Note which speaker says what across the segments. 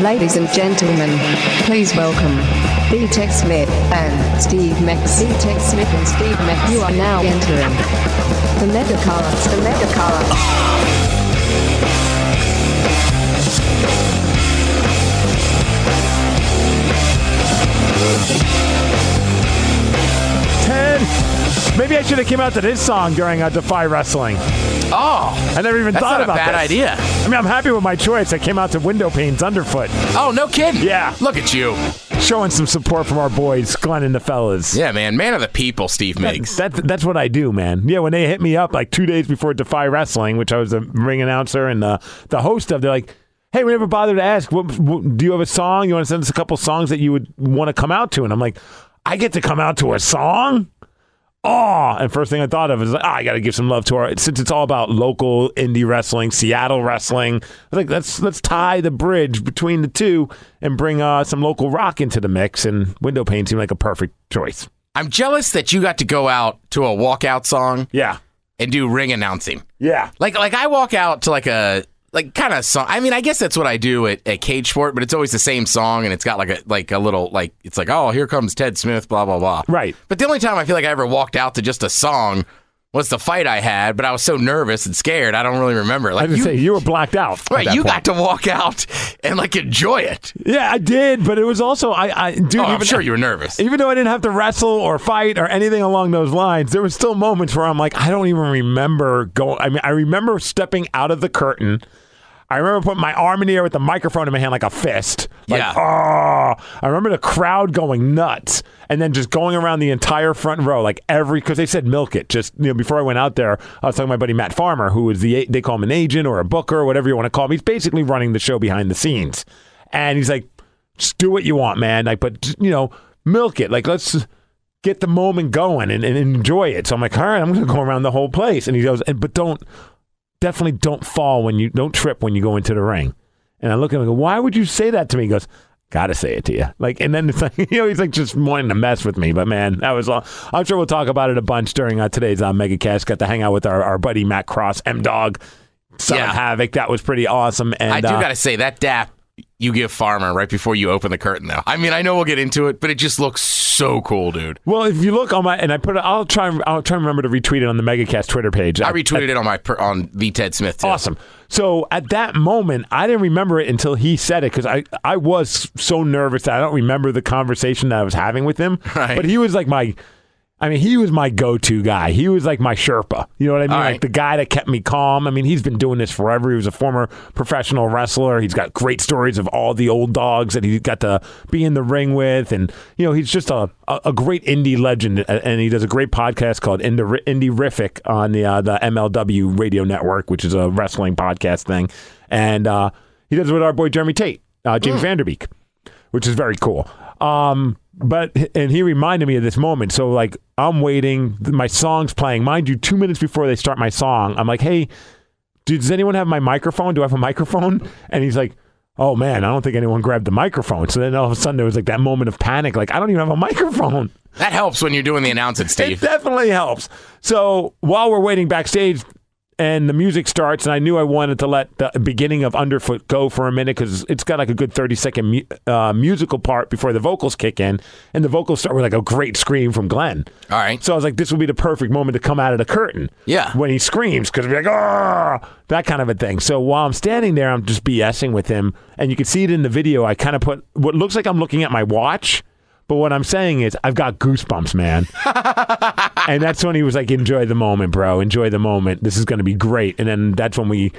Speaker 1: Ladies and gentlemen, please welcome B-Tech Smith and Steve Max. B-Tech Smith and Steve Max. You are now entering the mega color. The mega color.
Speaker 2: Ted, maybe I should have came out to this song during uh, Defy Wrestling.
Speaker 3: Oh,
Speaker 2: I never even
Speaker 3: that's
Speaker 2: thought
Speaker 3: not a
Speaker 2: about
Speaker 3: bad
Speaker 2: this.
Speaker 3: idea.
Speaker 2: I mean, I'm happy with my choice. I came out to Window Panes Underfoot,
Speaker 3: Oh, no kidding.
Speaker 2: Yeah.
Speaker 3: Look at you.
Speaker 2: showing some support from our boys, Glenn and the fellas.
Speaker 3: Yeah, man. Man of the people, Steve Miggs.
Speaker 2: That, that's what I do, man. Yeah, when they hit me up like two days before Defy Wrestling, which I was the ring announcer and the, the host of, they're like, hey, we never bothered to ask, what, what, do you have a song? You want to send us a couple songs that you would want to come out to? And I'm like, I get to come out to a song? Oh, and first thing I thought of is, like, ah, I got to give some love to our, since it's all about local indie wrestling, Seattle wrestling. I think let's let's tie the bridge between the two and bring uh, some local rock into the mix. And Window Pane seemed like a perfect choice.
Speaker 3: I'm jealous that you got to go out to a walkout song
Speaker 2: Yeah.
Speaker 3: and do ring announcing.
Speaker 2: Yeah.
Speaker 3: Like, like I walk out to like a like kind of song. I mean, I guess that's what I do at, at Cage Sport, but it's always the same song, and it's got like a like a little like it's like oh here comes Ted Smith, blah blah blah.
Speaker 2: Right.
Speaker 3: But the only time I feel like I ever walked out to just a song was the fight I had, but I was so nervous and scared I don't really remember.
Speaker 2: I
Speaker 3: Like
Speaker 2: didn't
Speaker 3: you,
Speaker 2: say you were blacked out. at
Speaker 3: right,
Speaker 2: that
Speaker 3: you
Speaker 2: point.
Speaker 3: got to walk out and like enjoy it.
Speaker 2: Yeah, I did, but it was also I, I dude.
Speaker 3: Oh, I'm
Speaker 2: even,
Speaker 3: sure you were nervous.
Speaker 2: Even though I didn't have to wrestle or fight or anything along those lines, there was still moments where I'm like, I don't even remember going. I mean, I remember stepping out of the curtain. I remember putting my arm in the air with the microphone in my hand like a fist. Like,
Speaker 3: Yeah.
Speaker 2: oh. I remember the crowd going nuts and then just going around the entire front row, like every, because they said milk it. Just, you know, before I went out there, I was talking to my buddy Matt Farmer, who is the, they call him an agent or a booker or whatever you want to call him. He's basically running the show behind the scenes. And he's like, just do what you want, man. Like, but, just, you know, milk it. Like, let's, get the moment going and, and enjoy it. So I'm like, all right, I'm going to go around the whole place. And he goes, and, but don't, definitely don't fall when you, don't trip when you go into the ring. And I look at him and go, why would you say that to me? He goes, got to say it to you. Like, and then it's like, you know, he's like just wanting to mess with me. But man, that was, all. I'm sure we'll talk about it a bunch during uh, today's uh, MegaCast. Got to hang out with our, our buddy Matt Cross, M Dog, Son of
Speaker 3: Yeah.
Speaker 2: Havoc. That was pretty awesome. And
Speaker 3: I do
Speaker 2: uh,
Speaker 3: gotta say that dap you give Farmer right before you open the curtain, though. I mean, I know we'll get into it, but it just looks so cool, dude.
Speaker 2: well, if you look on my, and I put it, I'll try, and- I'll try and remember to retweet it on the MegaCast Twitter page.
Speaker 3: I retweeted it on my per, on the Ted Smith. Too.
Speaker 2: Awesome. So at that moment, I didn't remember it until he said it because I, I was so nervous that I don't remember the conversation that I was having with him.
Speaker 3: Right.
Speaker 2: But he was like my, I mean, he was my go to guy. He was like my Sherpa. You know what I mean?
Speaker 3: All
Speaker 2: Like
Speaker 3: right.
Speaker 2: the guy that kept me calm. I mean, he's been doing this forever. He was a former professional wrestler. He's got great stories of all the old dogs that he got to be in the ring with. And, you know, he's just a, a, a great indie legend. A- And he does a great podcast called Indie Indierific on the, uh, the MLW radio network, which is a wrestling podcast thing. And uh, he does it with our boy Jeremy Tate, uh, James Vanderbeek which is very cool. Um, but and he reminded me of this moment. So like I'm waiting, my song's playing. Mind you, two minutes before they start my song, I'm like, hey, dude, does anyone have my microphone? Do I have a microphone? And he's like, oh man, I don't think anyone grabbed the microphone. So then all of a sudden there was like that moment of panic, like I don't even have a microphone.
Speaker 3: That helps when you're doing the announcing,
Speaker 2: It
Speaker 3: Steve.
Speaker 2: definitely helps. So while we're waiting backstage and the music starts, and I knew I wanted to let the beginning of Underfoot go for a minute because it's got like a good 30 second mu- uh, musical part before the vocals kick in. And the vocals start with like a great scream from Glenn.
Speaker 3: All right.
Speaker 2: So I was like, this will be the perfect moment to come out of the curtain.
Speaker 3: Yeah.
Speaker 2: When he screams, because we're like, ah, that kind of a thing. So while I'm standing there, I'm just BSing with him. And you can see it in the video. I kind of put what looks like I'm looking at my watch. But what I'm saying is, I've got goosebumps, man. and that's when he was like, enjoy the moment, bro. Enjoy the moment. This is going to be great. And then that's when we. hug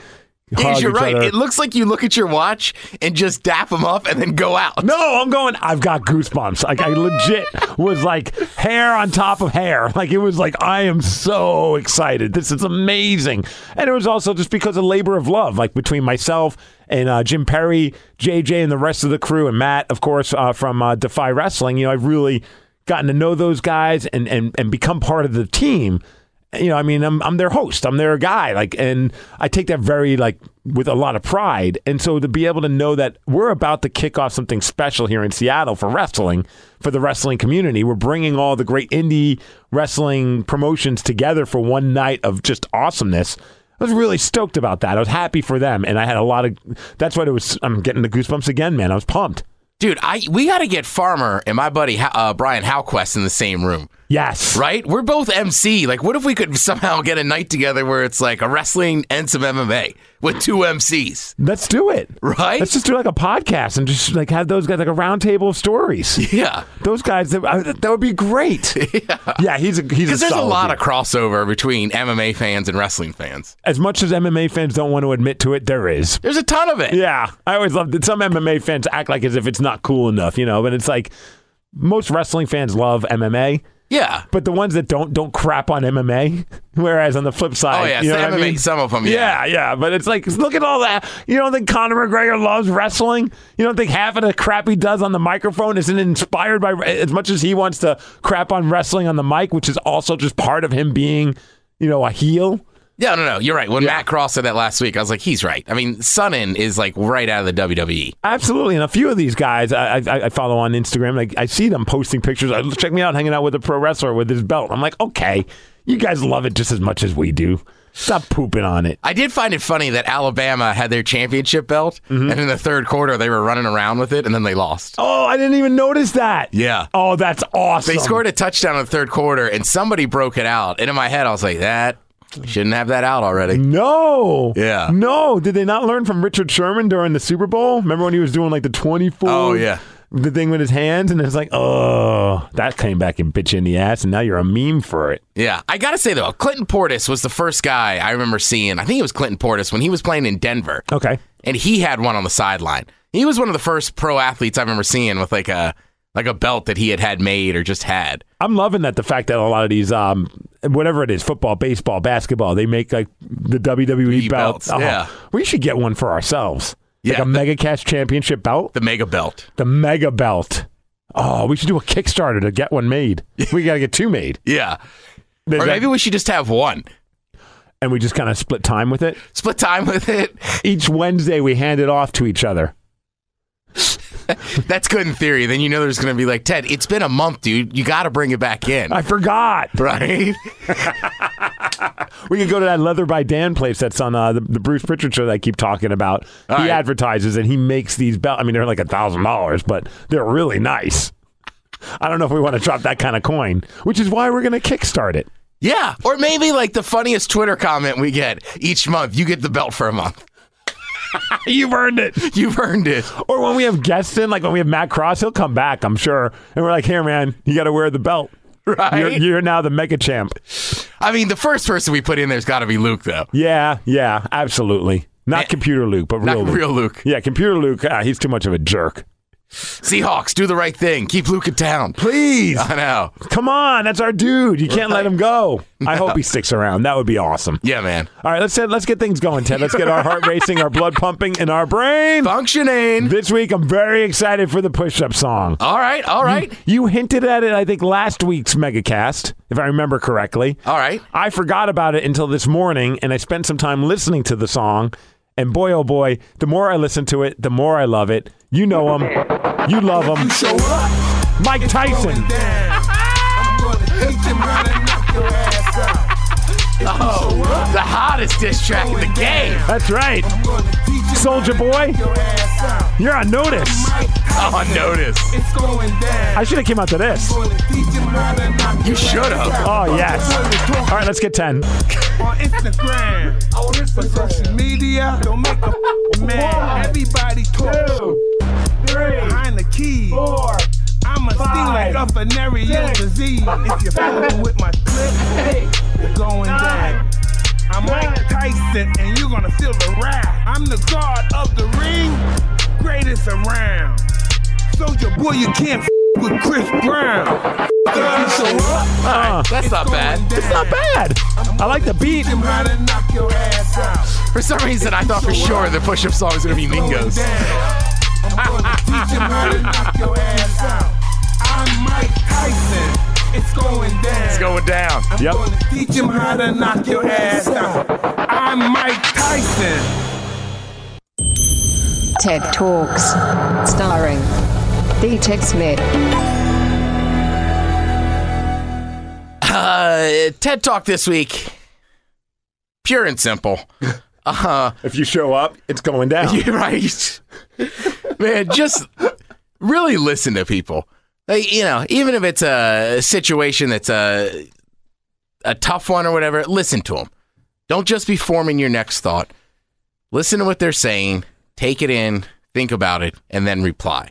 Speaker 3: Because you're
Speaker 2: each
Speaker 3: right.
Speaker 2: other.
Speaker 3: It looks like you look at your watch and just dap them up and then go out.
Speaker 2: No, I'm going. I've got goosebumps. Like I legit was like hair on top of hair. Like it was like I am so excited. This is amazing. And it was also just because of labor of love, like between myself and uh, Jim Perry, JJ, and the rest of the crew, and Matt, of course, uh, from uh, Defy Wrestling. You know, I've really gotten to know those guys and and and become part of the team you know, I mean, I'm I'm their host, I'm their guy, like, and I take that very like with a lot of pride. And so to be able to know that we're about to kick off something special here in Seattle for wrestling, for the wrestling community, we're bringing all the great indie wrestling promotions together for one night of just awesomeness. I was really stoked about that. I was happy for them, and I had a lot of. That's what it was. I'm getting the goosebumps again, man. I was pumped.
Speaker 3: Dude, I we got to get Farmer and my buddy uh, Brian Howquest in the same room,
Speaker 2: Yes,
Speaker 3: right? We're both MC. Like, what if we could somehow get a night together where it's like a wrestling and some MMA with two MCs,
Speaker 2: let's do it.
Speaker 3: right?
Speaker 2: Let's just do like a podcast and just like have those guys like a round table of stories.
Speaker 3: yeah.
Speaker 2: Those guys, that, I- that would be great. Yeah, he's a he's a
Speaker 3: Because there's a
Speaker 2: solid
Speaker 3: lot
Speaker 2: dude.
Speaker 3: of crossover between MMA fans and wrestling fans.
Speaker 2: as much as MMA fans don't want to admit to it, there is.
Speaker 3: There's a ton of it.
Speaker 2: Yeah, I always love that. Some MMA fans act like as if it's not cool enough, you know. But it's like most wrestling fans love MMA,
Speaker 3: Yeah.
Speaker 2: but the ones that don't don't crap on MMA. Whereas on the flip side,
Speaker 3: Oh, yeah.
Speaker 2: you know
Speaker 3: so
Speaker 2: what I
Speaker 3: MMA,
Speaker 2: mean?
Speaker 3: Some of them,
Speaker 2: Yeah, yeah, but it's like look at all that. You don't think Conor McGregor loves wrestling? You don't think half of the crap he does on the microphone isn't inspired by as much as he wants to crap on wrestling on the mic, which is also just part of him being, you know, a heel.
Speaker 3: Yeah, no, no, you're right. When Matt Cross said that last week, I was like, he's right. I mean, Sonnen is like right out of the E. WWE.
Speaker 2: Absolutely, and a few of these guys I, I, I follow on Instagram. Like I see them posting pictures. I, check me out, hanging out with a pro wrestler with his belt. I'm like, okay, you guys love it just as much as we do. Stop pooping on it.
Speaker 3: I did find it funny that Alabama had their championship belt,
Speaker 2: Mm-hmm.
Speaker 3: and in the third quarter, they were running around with it, and then they lost.
Speaker 2: Oh, I didn't even notice that.
Speaker 3: Yeah.
Speaker 2: Oh, that's awesome.
Speaker 3: They scored a touchdown in the third quarter, and somebody broke it out. And in my head, I was like, that we shouldn't have that out already.
Speaker 2: No.
Speaker 3: Yeah.
Speaker 2: No. Did they not learn from Richard Sherman during the Super Bowl? Remember when he was doing like the 24?
Speaker 3: Oh, yeah.
Speaker 2: The thing with his hands, and it's like, oh, that came back and bit you in the ass, and now you're a meme for it.
Speaker 3: Yeah. I got to say, though, Clinton Portis was the first guy I remember seeing. I think it was Clinton Portis when he was playing in Denver.
Speaker 2: Okay.
Speaker 3: and he had one on the sideline. He was one of the first pro athletes I've ever seen with like a like a belt that he had had made or just had.
Speaker 2: I'm loving that the fact that a lot of these, um, whatever it is, football, baseball, basketball, they make like the WWE
Speaker 3: The
Speaker 2: belts.
Speaker 3: belts, yeah.
Speaker 2: Uh-huh. We should get one for ourselves. Like
Speaker 3: Yeah,
Speaker 2: a
Speaker 3: the-
Speaker 2: Mega Cash Championship belt,
Speaker 3: The mega belt.
Speaker 2: the Mega Belt. Oh, we should do a Kickstarter to get one made. We got to get two made.
Speaker 3: Yeah.
Speaker 2: There's
Speaker 3: Or
Speaker 2: that-
Speaker 3: maybe we should just have one.
Speaker 2: and we just kind of split time with it.
Speaker 3: Split time with it.
Speaker 2: Each Wednesday, we hand it off to each other.
Speaker 3: That's good in theory. Then you know there's going to be like, Ted, it's been a month, dude. You got to bring it back in.
Speaker 2: I forgot.
Speaker 3: Right?
Speaker 2: We could go to that Leather by Dan place that's on uh, the, the Bruce Pritchard show that I keep talking about.
Speaker 3: All
Speaker 2: he
Speaker 3: right.
Speaker 2: advertises and he makes these belts. I mean, they're like a thousand dollars, but they're really nice. I don't know if we want to drop that kind of coin, which is why we're going to kickstart it.
Speaker 3: yeah. Or maybe like the funniest Twitter comment we get each month. You get the belt for a month.
Speaker 2: You've earned it.
Speaker 3: You've earned it.
Speaker 2: Or when we have guests in, like when we have Matt Cross, he'll come back, I'm sure. And we're like, here, man, you got to wear the belt.
Speaker 3: Right?
Speaker 2: You're, you're now the mega champ.
Speaker 3: I mean, the first person we put in there's got to be Luke, though.
Speaker 2: Yeah, yeah, absolutely. Not
Speaker 3: Eh,
Speaker 2: computer Luke, but
Speaker 3: Not
Speaker 2: real Luke.
Speaker 3: real Luke.
Speaker 2: Yeah, computer Luke, ah, he's too much of a jerk.
Speaker 3: Seahawks, do the right thing. Keep Luke in town.
Speaker 2: Please.
Speaker 3: I know.
Speaker 2: Come on, that's our dude. You can't let him go. I hope he sticks around. That would be awesome.
Speaker 3: Yeah, man.
Speaker 2: All right, let's let's get things going, Ted. Let's get our heart racing, our blood pumping, and our brain.
Speaker 3: Functioning.
Speaker 2: This week, I'm very excited for the push-up song.
Speaker 3: All right, all right,
Speaker 2: You hinted at it, I think, last week's megacast, if I remember correctly.
Speaker 3: all right.
Speaker 2: I forgot about it until this morning, and I spent some time listening to the song. And boy, oh boy, the more I listen to it, the more I love it. You know him, you love him.
Speaker 4: Show up,
Speaker 2: Mike Tyson.
Speaker 4: going down. I'm gonna teach him how to knock your ass out.
Speaker 3: Oh, The hottest diss track in the game.
Speaker 2: That's right,
Speaker 4: I'm gonna teach him
Speaker 2: Soldier Boy.
Speaker 4: your ass out.
Speaker 2: You're on notice.
Speaker 3: Oh, notice.
Speaker 4: It's going down.
Speaker 2: I should have came out to this.
Speaker 4: I'm gonna teach him how to knock
Speaker 3: You
Speaker 4: your
Speaker 3: should have.
Speaker 2: Oh yes. All right, let's get ten.
Speaker 4: on Instagram, on his social media. Don't make a f- man. Everybody talk behind the keys. I'm a sting like a venereal disease. If you're fooling with my clip, you're going down. I'm Mike Tyson, and you're gonna feel the wrath. I'm the god of the ring, greatest around. Soldier boy, you can't f- with Chris Brown. Girl, so up,
Speaker 3: That's not bad.
Speaker 4: It's
Speaker 2: Not bad. I like the beat.
Speaker 4: Teach him how to knock your ass out.
Speaker 3: For some reason, I thought for sure the push up song was going to be Mingo's.
Speaker 4: Down. I'm gonna teach him how to knock your ass out. I'm Mike Tyson. It's going down.
Speaker 3: It's going down.
Speaker 4: I'm
Speaker 2: Yep.
Speaker 4: gonna teach him how to knock your ass out. I'm Mike Tyson.
Speaker 1: TED Talks. Starring B-Tech Smith.
Speaker 3: Uh, TED Talk this week. pure and simple. Uh,
Speaker 2: If you show up, it's going down.
Speaker 3: You're right. Man, just really listen to people. Like, you know, even if it's a situation that's a a tough one or whatever, listen to them. Don't just be forming your next thought. Listen to what they're saying, take it in, think about it, and then reply.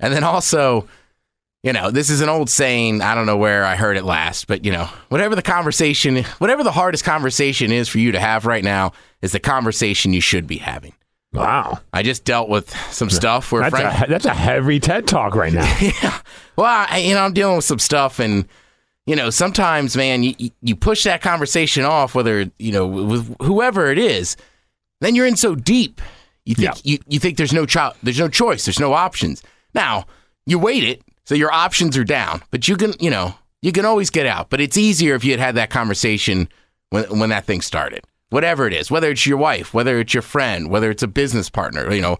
Speaker 3: And then also, you know, this is an old saying. I don't know where I heard it last, but you know, whatever the conversation, whatever the hardest conversation is for you to have right now, is the conversation you should be having.
Speaker 2: wow.
Speaker 3: I just dealt with some stuff where
Speaker 2: That's
Speaker 3: Frank.
Speaker 2: a, that's a heavy TED talk right now.
Speaker 3: well, I, you know, I'm dealing with some stuff, and you know, sometimes, man, you you- you push that conversation off, whether you know with whoever it is, then you're in so deep. You think
Speaker 2: Yeah.
Speaker 3: you, you think there's no cho- there's no choice, there's no options. Now you wait it, so your options are down, but you can you know you can always get out. But it's easier if you had had that conversation when when that thing started, whatever it is, whether it's your wife, whether it's your friend, whether it's a business partner, you know,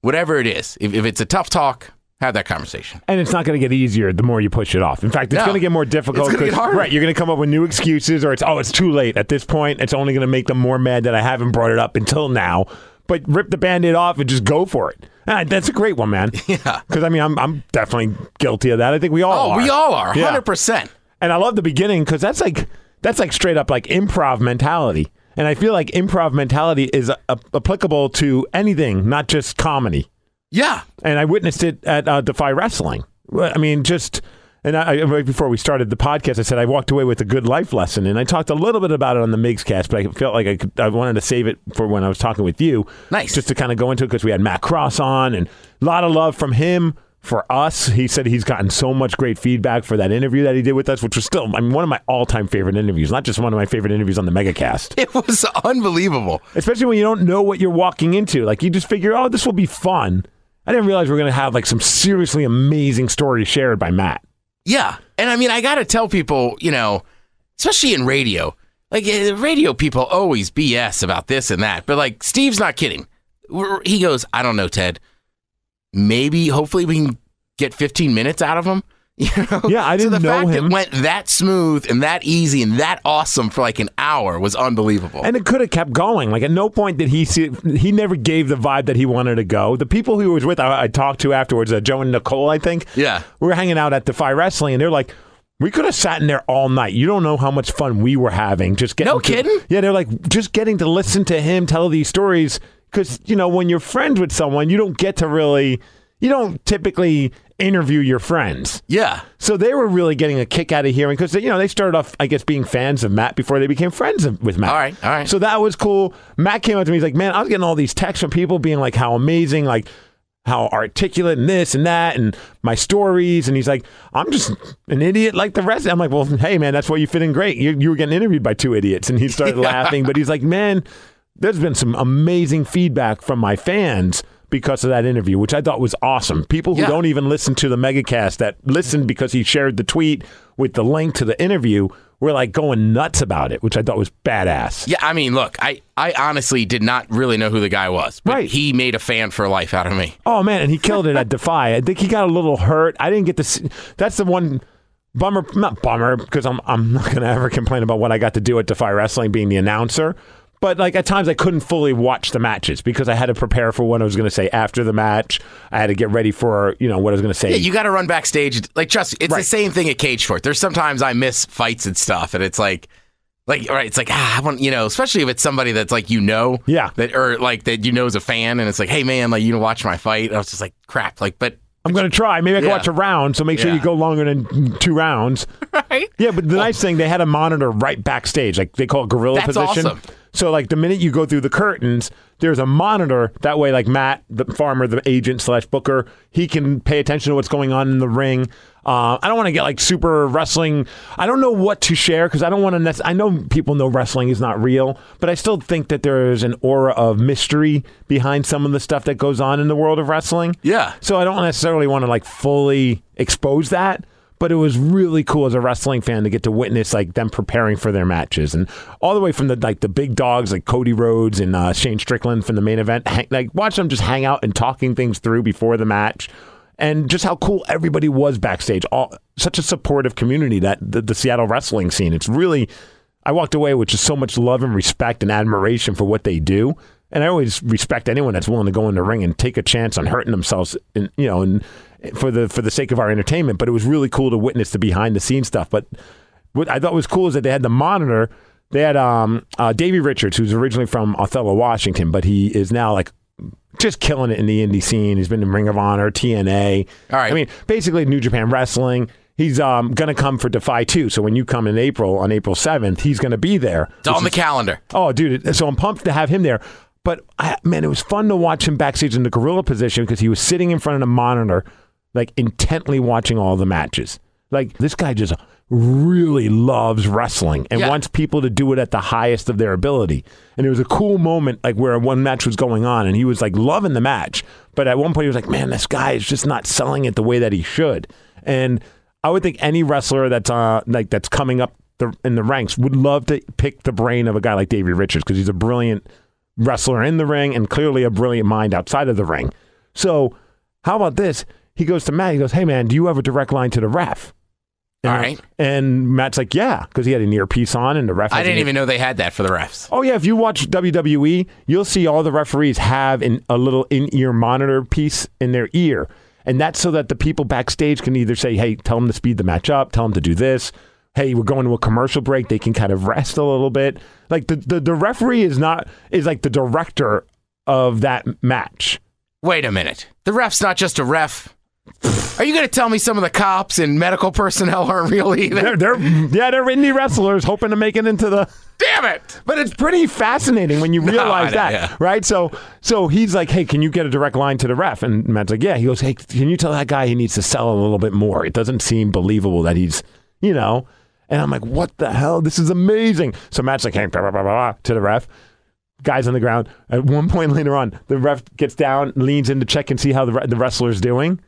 Speaker 3: whatever it is. If if it's a tough talk, have that conversation.
Speaker 2: And it's not going to get easier the more you push it off. In fact, it's
Speaker 3: No.
Speaker 2: going to get more difficult.
Speaker 3: It's gonna
Speaker 2: 'cause-
Speaker 3: get harder.
Speaker 2: Right, you're going to come up with new excuses, or it's oh, it's too late at this point. It's only going to make them more mad that I haven't brought it up until now. But rip the band-aid off and just go for it. Ah, that's a great one, man.
Speaker 3: Yeah.
Speaker 2: Because I mean, I'm I'm definitely guilty of that. I think we all.
Speaker 3: Oh,
Speaker 2: are.
Speaker 3: we all are,
Speaker 2: Yeah.
Speaker 3: hundred percent.
Speaker 2: And I love the beginning because that's like that's like straight up like improv mentality. And I feel like improv mentality is a- a- applicable to anything, not just comedy
Speaker 3: Yeah,
Speaker 2: and I witnessed it at uh, Defy Wrestling. Well, I mean, just and I, I- right before we started the podcast, I said I walked away with a good life lesson, and I talked a little bit about it on the Migs cast, but I felt like I, could, I wanted to save it for when I was talking with you.
Speaker 3: Nice.
Speaker 2: just to kind of go into it because we had Matt Cross on, and a lot of love from him. For us, he said he's gotten so much great feedback for that interview that he did with us, which was still I mean, one of my all-time favorite interviews. Not just one of my favorite interviews on the MegaCast
Speaker 3: it was unbelievable.
Speaker 2: especially when you don't know what you're walking into. Like you just figure, oh, this will be fun. I didn't realize we are going to have like some seriously amazing stories shared by Matt.
Speaker 3: Yeah, and I mean, I gotta tell people, you know, especially in radio, like eh, radio people always BS about this and that, but like Steve's not kidding. We're- He goes, I don't know, Ted. Maybe, hopefully, we can get 15 minutes out of him. You know?
Speaker 2: Yeah, I
Speaker 3: so
Speaker 2: didn't
Speaker 3: the
Speaker 2: know
Speaker 3: fact
Speaker 2: him.
Speaker 3: it went that smooth and that easy and that awesome for like an hour was unbelievable.
Speaker 2: And it could have kept going. Like at no point did he see, he never gave the vibe that he wanted to go. The people he was with, I, I talked to afterwards, uh, Joe and Nicole, I think.
Speaker 3: Yeah.
Speaker 2: We were hanging out at Defy Wrestling and they're like, we could have sat in there all night. You don't know how much fun we were having. Just getting
Speaker 3: No
Speaker 2: to-
Speaker 3: kidding?
Speaker 2: Yeah, they're like just getting to listen to him tell these stories because you know when you're friends with someone, you don't get to really, you don't typically interview your friends.
Speaker 3: yeah,
Speaker 2: So they were really getting a kick out of hearing because you know they started off, I guess, being fans of Matt before they became friends of, with Matt.
Speaker 3: All right, all right.
Speaker 2: So that was cool. Matt came up to me, he's like, "Man, I was getting all these texts from people being like, how amazing, like." How articulate and this and that and my stories and he's like I'm just an idiot like the rest. I'm like, well, hey man, that's why you fit in great. You, you were getting interviewed by two idiots and he started laughing, but he's like, man, there's been some amazing feedback from my fans because of that interview, which I thought was awesome. People who
Speaker 3: Yeah.
Speaker 2: don't even listen to the megacast that listened because he shared the tweet with the link to the interview were like going nuts about it, which I thought was badass.
Speaker 3: yeah. I mean, look, I, I honestly did not really know who the guy was, but
Speaker 2: Right.
Speaker 3: he made a fan for life out of me.
Speaker 2: Oh man, and he killed it at Defy. I think he got a little hurt. I didn't get to see. That's the one bummer, not bummer, because I'm I'm not gonna ever complain about what I got to do at Defy Wrestling being the announcer. But like at times I couldn't fully watch the matches because I had to prepare for what I was gonna say after the match. I had to get ready for you know what I was gonna say.
Speaker 3: Yeah, you got to run backstage. Like, trust me, it's the
Speaker 2: Right.
Speaker 3: same thing at Cage Fort. There's sometimes I miss fights and stuff, and it's like, like, all right, it's like, ah, I want, you know, especially if it's somebody that's like, you know,
Speaker 2: Yeah.
Speaker 3: that or like that you know is a fan, and it's like, hey, man, like, you know, watch my fight. I was just like, crap, like, but
Speaker 2: I'm gonna try. Maybe I can
Speaker 3: Yeah.
Speaker 2: watch a round. So make sure
Speaker 3: Yeah.
Speaker 2: you go longer than two rounds.
Speaker 3: right,
Speaker 2: Yeah, but the nice thing they had a monitor right backstage, like they call it gorilla
Speaker 3: That's
Speaker 2: position.
Speaker 3: awesome.
Speaker 2: So like the minute you go through the curtains, there's a monitor. That way, like Matt, the farmer, the agent slash booker, he can pay attention to what's going on in the ring. Uh, I don't want to get like super wrestling. I don't know what to share because I don't want to. Nec- I know people know wrestling is not real, but I still think that there is an aura of mystery behind some of the stuff that goes on in the world of wrestling.
Speaker 3: Yeah.
Speaker 2: So I don't necessarily want to like fully expose that, but it was really cool as a wrestling fan to get to witness like them preparing for their matches and all the way from the like the big dogs like Cody Rhodes and uh, Shane Strickland from the main event, hang, like watch them just hang out and talking things through before the match. And just how cool everybody was backstage. All such a supportive community that the, the Seattle wrestling scene. It's really I walked away with just so much love and respect and admiration for what they do. And I always respect anyone that's willing to go in the ring and take a chance on hurting themselves, in, you know, and for the for the sake of our entertainment. But it was really cool to witness the behind the scenes stuff. But what I thought was cool is that they had the monitor. They had um, uh, Davey Richards, who's originally from Othello, Washington, but he is now like just killing it in the indie scene. He's been in Ring of Honor, TNA.
Speaker 3: All right.
Speaker 2: I mean, basically New Japan Wrestling. He's um, going to come for Defy 2. So when you come in April, on April 7th, he's going to be there.
Speaker 3: It's on the calendar.
Speaker 2: Oh, dude. it- So I'm pumped to have him there. But I, man, it was fun to watch him backstage in the gorilla position because he was sitting in front of the monitor, like intently watching all the matches. Like this guy just really loves wrestling and
Speaker 3: Yeah.
Speaker 2: wants people to do it at the highest of their ability. And it was a cool moment, like where one match was going on and he was like loving the match. But at one point, he was like, man, this guy is just not selling it the way that he should. And I would think any wrestler that's uh, like that's coming up the, in the ranks would love to pick the brain of a guy like Davey Richards because he's a brilliant wrestler in the ring and clearly a brilliant mind outside of the ring. So, how about this? He goes to Matt. He goes, "Hey man, do you have a direct line to the ref?" And,
Speaker 3: All right.
Speaker 2: And Matt's like, "Yeah," because he had an earpiece on, and the ref.
Speaker 3: I
Speaker 2: has an
Speaker 3: didn't
Speaker 2: ear-
Speaker 3: even know they had that for the refs.
Speaker 2: Oh yeah, if you watch WWE, you'll see all the referees have an, a little in-ear monitor piece in their ear, and that's so that the people backstage can either say, "Hey, tell them to speed the match up," "Tell them to do this." Hey, we're going to a commercial break. They can kind of rest a little bit. Like the the, the referee is not is like the director of that match.
Speaker 3: Wait a minute. The ref's not just a ref. Are you going to tell me some of the cops and medical personnel aren't real
Speaker 2: They're,
Speaker 3: either?
Speaker 2: they're yeah, they're indie wrestlers hoping to make it into the
Speaker 3: Damn it!
Speaker 2: But it's pretty fascinating when you realize
Speaker 3: I know,
Speaker 2: that,
Speaker 3: yeah.
Speaker 2: right? So, so he's like, "Hey, can you get a direct line to the ref?" And Matt's like, "Yeah." He goes, "Hey, can you tell that guy he needs to sell a little bit more? It doesn't seem believable that he's, you know." And I'm like, "What the hell? This is amazing!" So Matt's like, "Hey," blah, blah, blah, blah, blah, to the ref. Guys on the ground. At one point later on, the ref gets down, leans in to check and see how the, re- the wrestler's doing.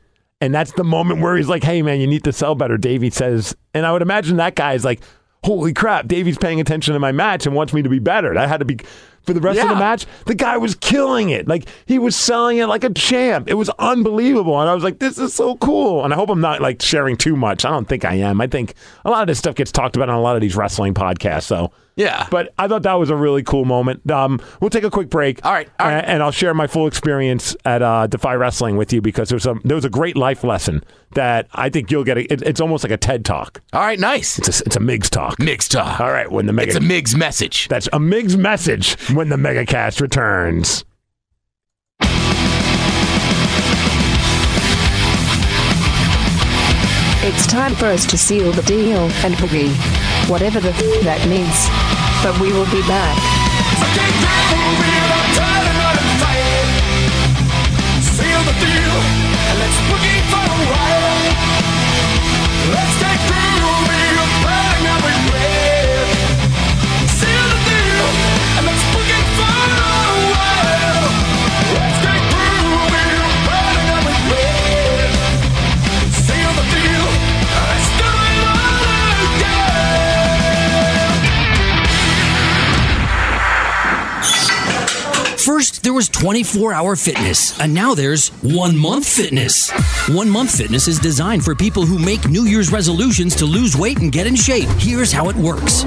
Speaker 2: And that's the moment where he's like, hey, man, you need to sell better. Davey says, and I would imagine that guy is like, holy crap, Davey's paying attention to my match and wants me to be better. That had to be for the rest of the
Speaker 3: Yeah.
Speaker 2: match. The guy was killing it. Like he was selling it like a champ. It was unbelievable. And I was like, this is so cool. And I hope I'm not like sharing too much. I don't think I am. I think a lot of this stuff gets talked about on a lot of these wrestling podcasts. So
Speaker 3: Yeah.
Speaker 2: but I thought that was a really cool moment. Um, we'll take a quick break.
Speaker 3: All right, all right.
Speaker 2: A- And I'll share my full experience at uh, Defy Wrestling with you because there's a there was a great life lesson that I think you'll get. A, it, it's almost like a TED talk.
Speaker 3: All right, nice.
Speaker 2: It's a, it's a Migs talk.
Speaker 3: Mixed talk.
Speaker 2: All right, when the mega
Speaker 3: It's a Migs message.
Speaker 2: that's a Migs message when the MegaCast returns.
Speaker 1: It's time for us to seal the deal and boogie. Whatever the f- that means. But we will be back.
Speaker 5: First, there was 24 hour fitness, and now there's one month fitness. One month fitness is designed for people who make New Year's resolutions to lose weight and get in shape. Here's how it works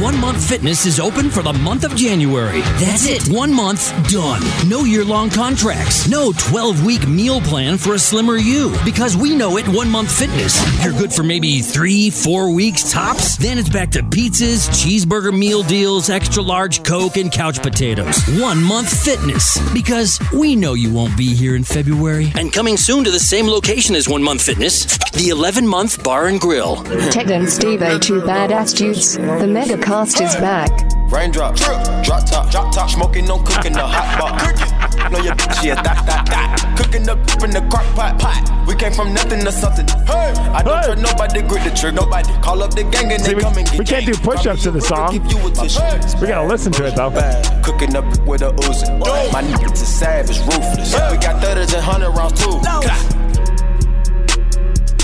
Speaker 5: One month fitness is open for the month of January. That's it. One month done. No year long contracts. No 12 week meal plan for a slimmer you. Because we know it, one month fitness. You're good for maybe three, four weeks tops. Then it's back to pizzas, cheeseburger meal deals, extra large Coke, and couch potatoes. One month fitness. Because we know you won't be here in February. And coming soon to the same location as One Month Fitness, the 11 month bar and grill.
Speaker 1: Ted and Steve are two badass dudes. The Megacast is back.
Speaker 6: Raindrop, drop top, drop top, smoking, no cooking, the hot pot. Cooking, know your bitch, yeah, dot, dot, dot. Cooking up dip in the crock pot, pot. We came from nothing to something. Hey, I don't
Speaker 2: Hey.
Speaker 6: trust nobody, grip the trick, nobody. Call up the gang and
Speaker 2: See,
Speaker 6: they
Speaker 2: we-
Speaker 6: come and get
Speaker 2: we can't do
Speaker 6: janked.
Speaker 2: push-ups to the
Speaker 6: Drop
Speaker 2: song.
Speaker 6: me a brick, I'll give you a tissue.
Speaker 2: We gotta listen to it though.
Speaker 6: Bad. Cooking up with a Uzi. My niggas is savage, ruthless. We got 30s and 100 rounds too.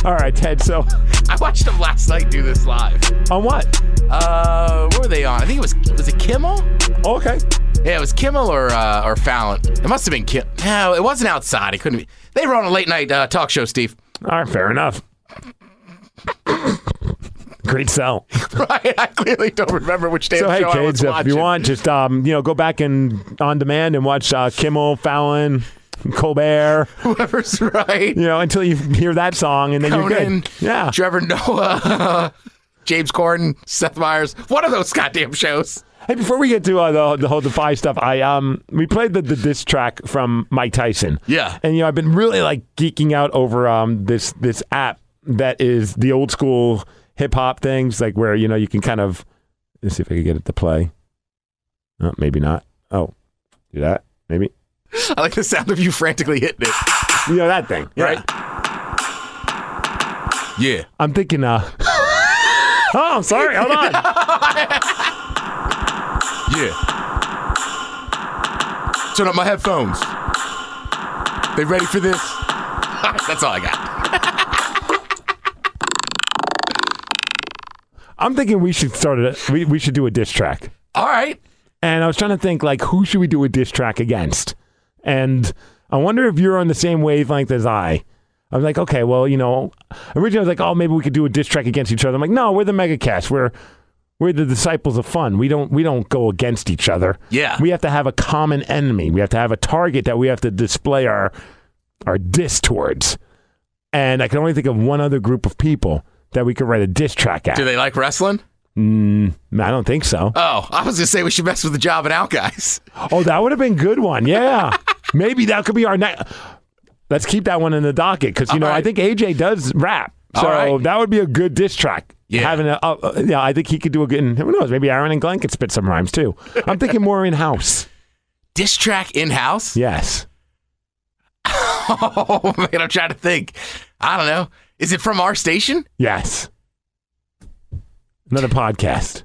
Speaker 2: All right, Ted. So
Speaker 3: I watched them last night do this live.
Speaker 2: on what?
Speaker 3: Uh, what were they on? I think it was was it Kimmel?
Speaker 2: Oh, okay.
Speaker 3: Yeah, it was Kimmel or uh, or Fallon. It must have been Kim. No, it wasn't outside. It couldn't be. They were on a late night uh, talk show, Steve.
Speaker 2: All right. Fair enough. Great sell.
Speaker 3: Right? I clearly don't remember which damn
Speaker 2: So hey,
Speaker 3: show I was
Speaker 2: kids, if
Speaker 3: watching.
Speaker 2: you want, just um, you know, go back and on demand and watch uh, Kimmel, Fallon, Colbert.
Speaker 3: Whoever's right.
Speaker 2: You know, until you hear that song, and then you're
Speaker 3: Conan.
Speaker 2: good. Yeah,
Speaker 3: Trevor Noah. James Corden, Seth Meyers, one of those goddamn shows.
Speaker 2: Hey, before we get to uh, the, the whole Defy stuff, I um we played the, the diss track from Mike Tyson.
Speaker 3: Yeah.
Speaker 2: and you know I've been really like geeking out over um this this app that is the old school hip hop things like where you know you can kind of let's see if I can get it to play. Oh, maybe not. Oh, do that maybe.
Speaker 3: I like the sound of you frantically hitting it.
Speaker 2: You know that thing, right?
Speaker 3: Yeah.
Speaker 2: I'm thinking. uh Oh, I'm sorry. Hold on.
Speaker 3: Yeah. Turn up my headphones. They ready for this? That's all I got.
Speaker 2: I'm thinking we should start it. We we should do a diss track.
Speaker 3: All right.
Speaker 2: And I was trying to think, like, who should we do a diss track against? And I wonder if you're on the same wavelength as I. I was like, okay, well, you know, originally I was like, oh, maybe we could do a diss track against each other. I'm like, no, we're the megacast. We're we're the disciples of fun. We don't we don't go against each other.
Speaker 3: Yeah.
Speaker 2: we have to have a common enemy. We have to have a target that we have to display our our diss towards. And I can only think of one other group of people that we could write a diss track at.
Speaker 3: Do they like wrestling?
Speaker 2: I don't think so.
Speaker 3: Oh, I was gonna say we should mess with the job and out guys.
Speaker 2: Oh, that would have been good one. Yeah, maybe that could be our next. Let's keep that one in the docket because you know I
Speaker 3: right.
Speaker 2: think AJ does rap,
Speaker 3: All
Speaker 2: so
Speaker 3: right.
Speaker 2: that would be a good diss track.
Speaker 3: Yeah.
Speaker 2: having a, uh, uh, yeah, I think he could do a good. And who knows? Maybe Aaron and Glenn could spit some rhymes too. I'm thinking more in house.
Speaker 3: Diss track in house?
Speaker 2: Yes,
Speaker 3: Oh man, I'm trying to think. I don't know. Is it from our station?
Speaker 2: yes. Another podcast.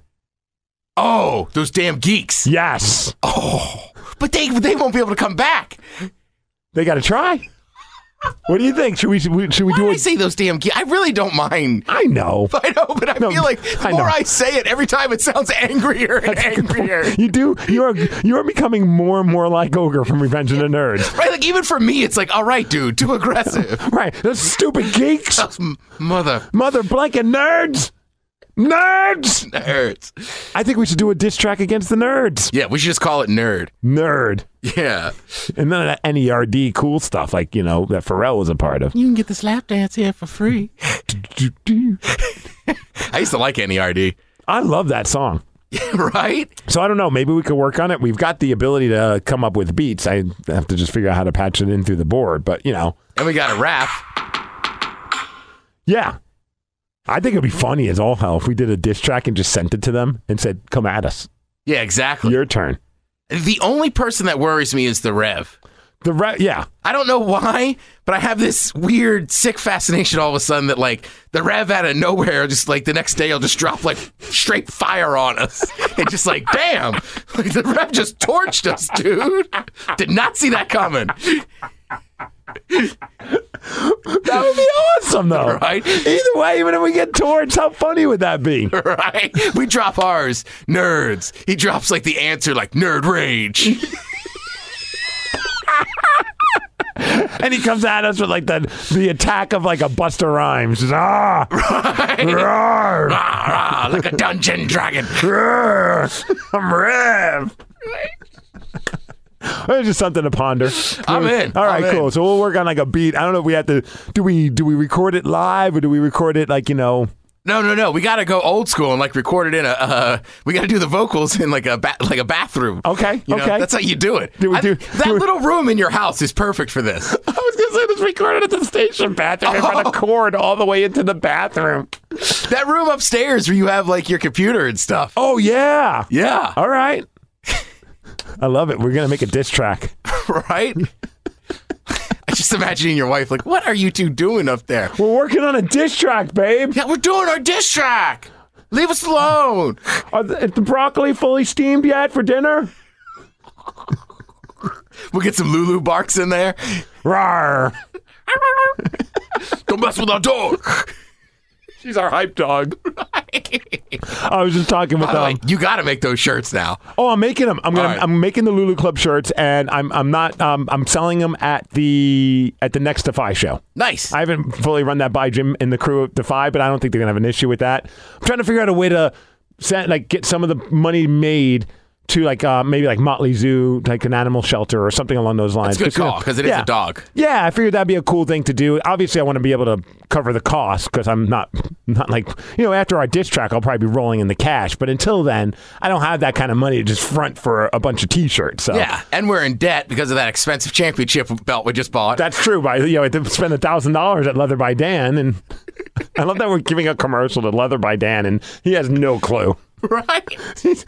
Speaker 3: Oh, those damn geeks.
Speaker 2: Yes,
Speaker 3: But they they won't be able to come back.
Speaker 2: they got to try. What do you think? Should we should we, should we
Speaker 3: Why do
Speaker 2: do
Speaker 3: I
Speaker 2: it?
Speaker 3: say those damn geeks? I really don't mind.
Speaker 2: I know.
Speaker 3: I know, but I
Speaker 2: No,
Speaker 3: feel like the
Speaker 2: I
Speaker 3: more
Speaker 2: know.
Speaker 3: I say it, every time it sounds angrier and
Speaker 2: That's a good point.
Speaker 3: angrier.
Speaker 2: You do. You are you are becoming more and more like Ogre from Revenge of the Nerds.
Speaker 3: Right, like even for me, it's like, all right, dude, too aggressive.
Speaker 2: Right, those stupid geeks,
Speaker 3: Those m- Mother
Speaker 2: mother blanket nerds, nerds.
Speaker 3: nerds.
Speaker 2: I think we should do a diss track against the nerds.
Speaker 3: Yeah, we should just call it nerd.
Speaker 2: Nerd,
Speaker 3: Yeah.
Speaker 2: and none of that nerd cool stuff like you know that Pharrell was a part of.
Speaker 3: You can get the slap dance here for free. I used to like NERD.
Speaker 2: I love that song.
Speaker 3: right?
Speaker 2: So I don't know. Maybe we could work on it. We've got the ability to come up with beats. I have to just figure out how to patch it in through the board. But you know,
Speaker 3: And we got a rap.
Speaker 2: yeah. I think it'd be funny as all hell if we did a diss track and just sent it to them and said, "Come at us,
Speaker 3: Yeah, exactly.
Speaker 2: your turn."
Speaker 3: the only person that worries me is the Rev.
Speaker 2: The re- yeah,
Speaker 3: I don't know why, but I have this weird, sick fascination all of a sudden that, like, the Rev out of nowhere, just like the next day, will just drop like straight fire on us. And just like, damn, like, the Rev just torched us, dude. Did not see that coming.
Speaker 2: That would be awesome, though.
Speaker 3: Right?
Speaker 2: Either way, even if we get torched, how funny would that be?
Speaker 3: Right? We drop ours, nerds. He drops like the answer, like nerd rage.
Speaker 2: And he comes at us with like the the attack of like a Buster Rhymes. Just, ah, roar,
Speaker 3: Ah, like a dungeon dragon.
Speaker 2: roar, I'm Rev. It's just something to ponder.
Speaker 3: I'm in.
Speaker 2: All right,
Speaker 3: I'm in.
Speaker 2: cool. So we'll work on like a beat. I don't know if we have to. Do we do we record it live or do we record it like you know?
Speaker 3: No, no, no. We got to go old school and like record it in a. Uh, we got to do the vocals in like a ba- like a bathroom.
Speaker 2: Okay,
Speaker 3: You know,
Speaker 2: okay.
Speaker 3: that's how you do it.
Speaker 2: Do we
Speaker 3: I-
Speaker 2: do-
Speaker 3: that
Speaker 2: do we-
Speaker 3: little room in your house is perfect for this.
Speaker 2: I was gonna say this recorded at the station bathroom. I
Speaker 3: Oh.
Speaker 2: brought a cord all the way into the bathroom.
Speaker 3: that room upstairs where you have like your computer and stuff.
Speaker 2: Oh yeah.
Speaker 3: Yeah,
Speaker 2: All right. I love it. We're gonna make a diss track.
Speaker 3: right. I just imagining your wife like, what are you two doing up there?
Speaker 2: We're working on a diss track, babe.
Speaker 3: Yeah, we're doing our diss track. Leave us alone.
Speaker 2: Are the, is the broccoli fully steamed yet for dinner?
Speaker 3: We'll get some Lulu barks in there.
Speaker 2: Rawr.
Speaker 3: Don't mess with our dog.
Speaker 2: She's our hype dog. I was just talking with
Speaker 3: By the way,
Speaker 2: um,
Speaker 3: you got to make those shirts now.
Speaker 2: Oh, I'm making them. I'm gonna.
Speaker 3: All right.
Speaker 2: I'm making the Lulu Club shirts, and I'm. I'm not. Um, I'm selling them at the at the next Defy show.
Speaker 3: Nice.
Speaker 2: I uh, haven't fully run that by Jim and the crew at Defy, but I don't think they're gonna have an issue with that. I'm trying to figure out a way to send, like get some of the money made to like uh, maybe like Motley Zoo, like an animal shelter or something along those lines.
Speaker 3: That's
Speaker 2: 'Cause,
Speaker 3: a good
Speaker 2: you know,
Speaker 3: call because it is
Speaker 2: yeah.
Speaker 3: a dog.
Speaker 2: Yeah, I figured that'd be a cool thing to do. Obviously, I want to be able to cover the cost because I'm not not like you know. After our diss track, I'll probably be rolling in the cash. But until then, I don't have that kind of money to just front for a bunch of T-shirts. So.
Speaker 3: Yeah, and we're in debt because of that expensive championship belt we just bought.
Speaker 2: That's true. By you know, I did spend a thousand dollars at Leather by Dan, and I love that we're giving a commercial to Leather by Dan, and he has no clue.
Speaker 3: right?
Speaker 2: He's-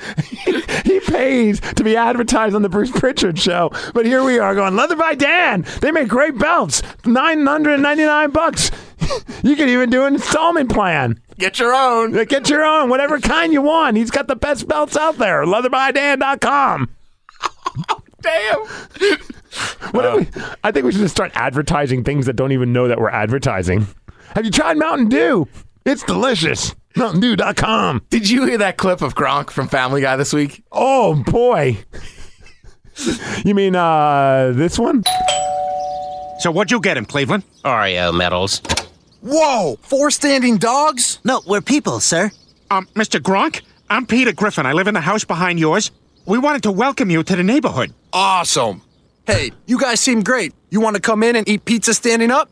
Speaker 2: he pays to be advertised on the Bruce Pritchard show, but here we are going leather by Dan. They make great belts, nine hundred and ninety nine bucks. You can even do an installment plan.
Speaker 3: Get your own.
Speaker 2: Like, Get your own, whatever kind you want. He's got the best belts out there. Leatherbydan.com.
Speaker 3: Damn.
Speaker 2: What if we, I think we should just start advertising things that don't even know that we're advertising. Have you tried Mountain Dew? It's delicious. MountainDew.com.
Speaker 3: Did you hear that clip of Gronk from Family Guy this week?
Speaker 2: Oh boy. you mean uh this one?
Speaker 7: So what'd you get him, Cleveland?
Speaker 8: Oreo medals.
Speaker 9: Whoa! Four standing dogs? No, we're people, sir.
Speaker 7: Um, Mr. Gronk, I'm Peter Griffin. I live in the house behind yours. We wanted to welcome you to the neighborhood.
Speaker 9: Awesome. Hey, you guys seem great. You want to come in and eat pizza standing up?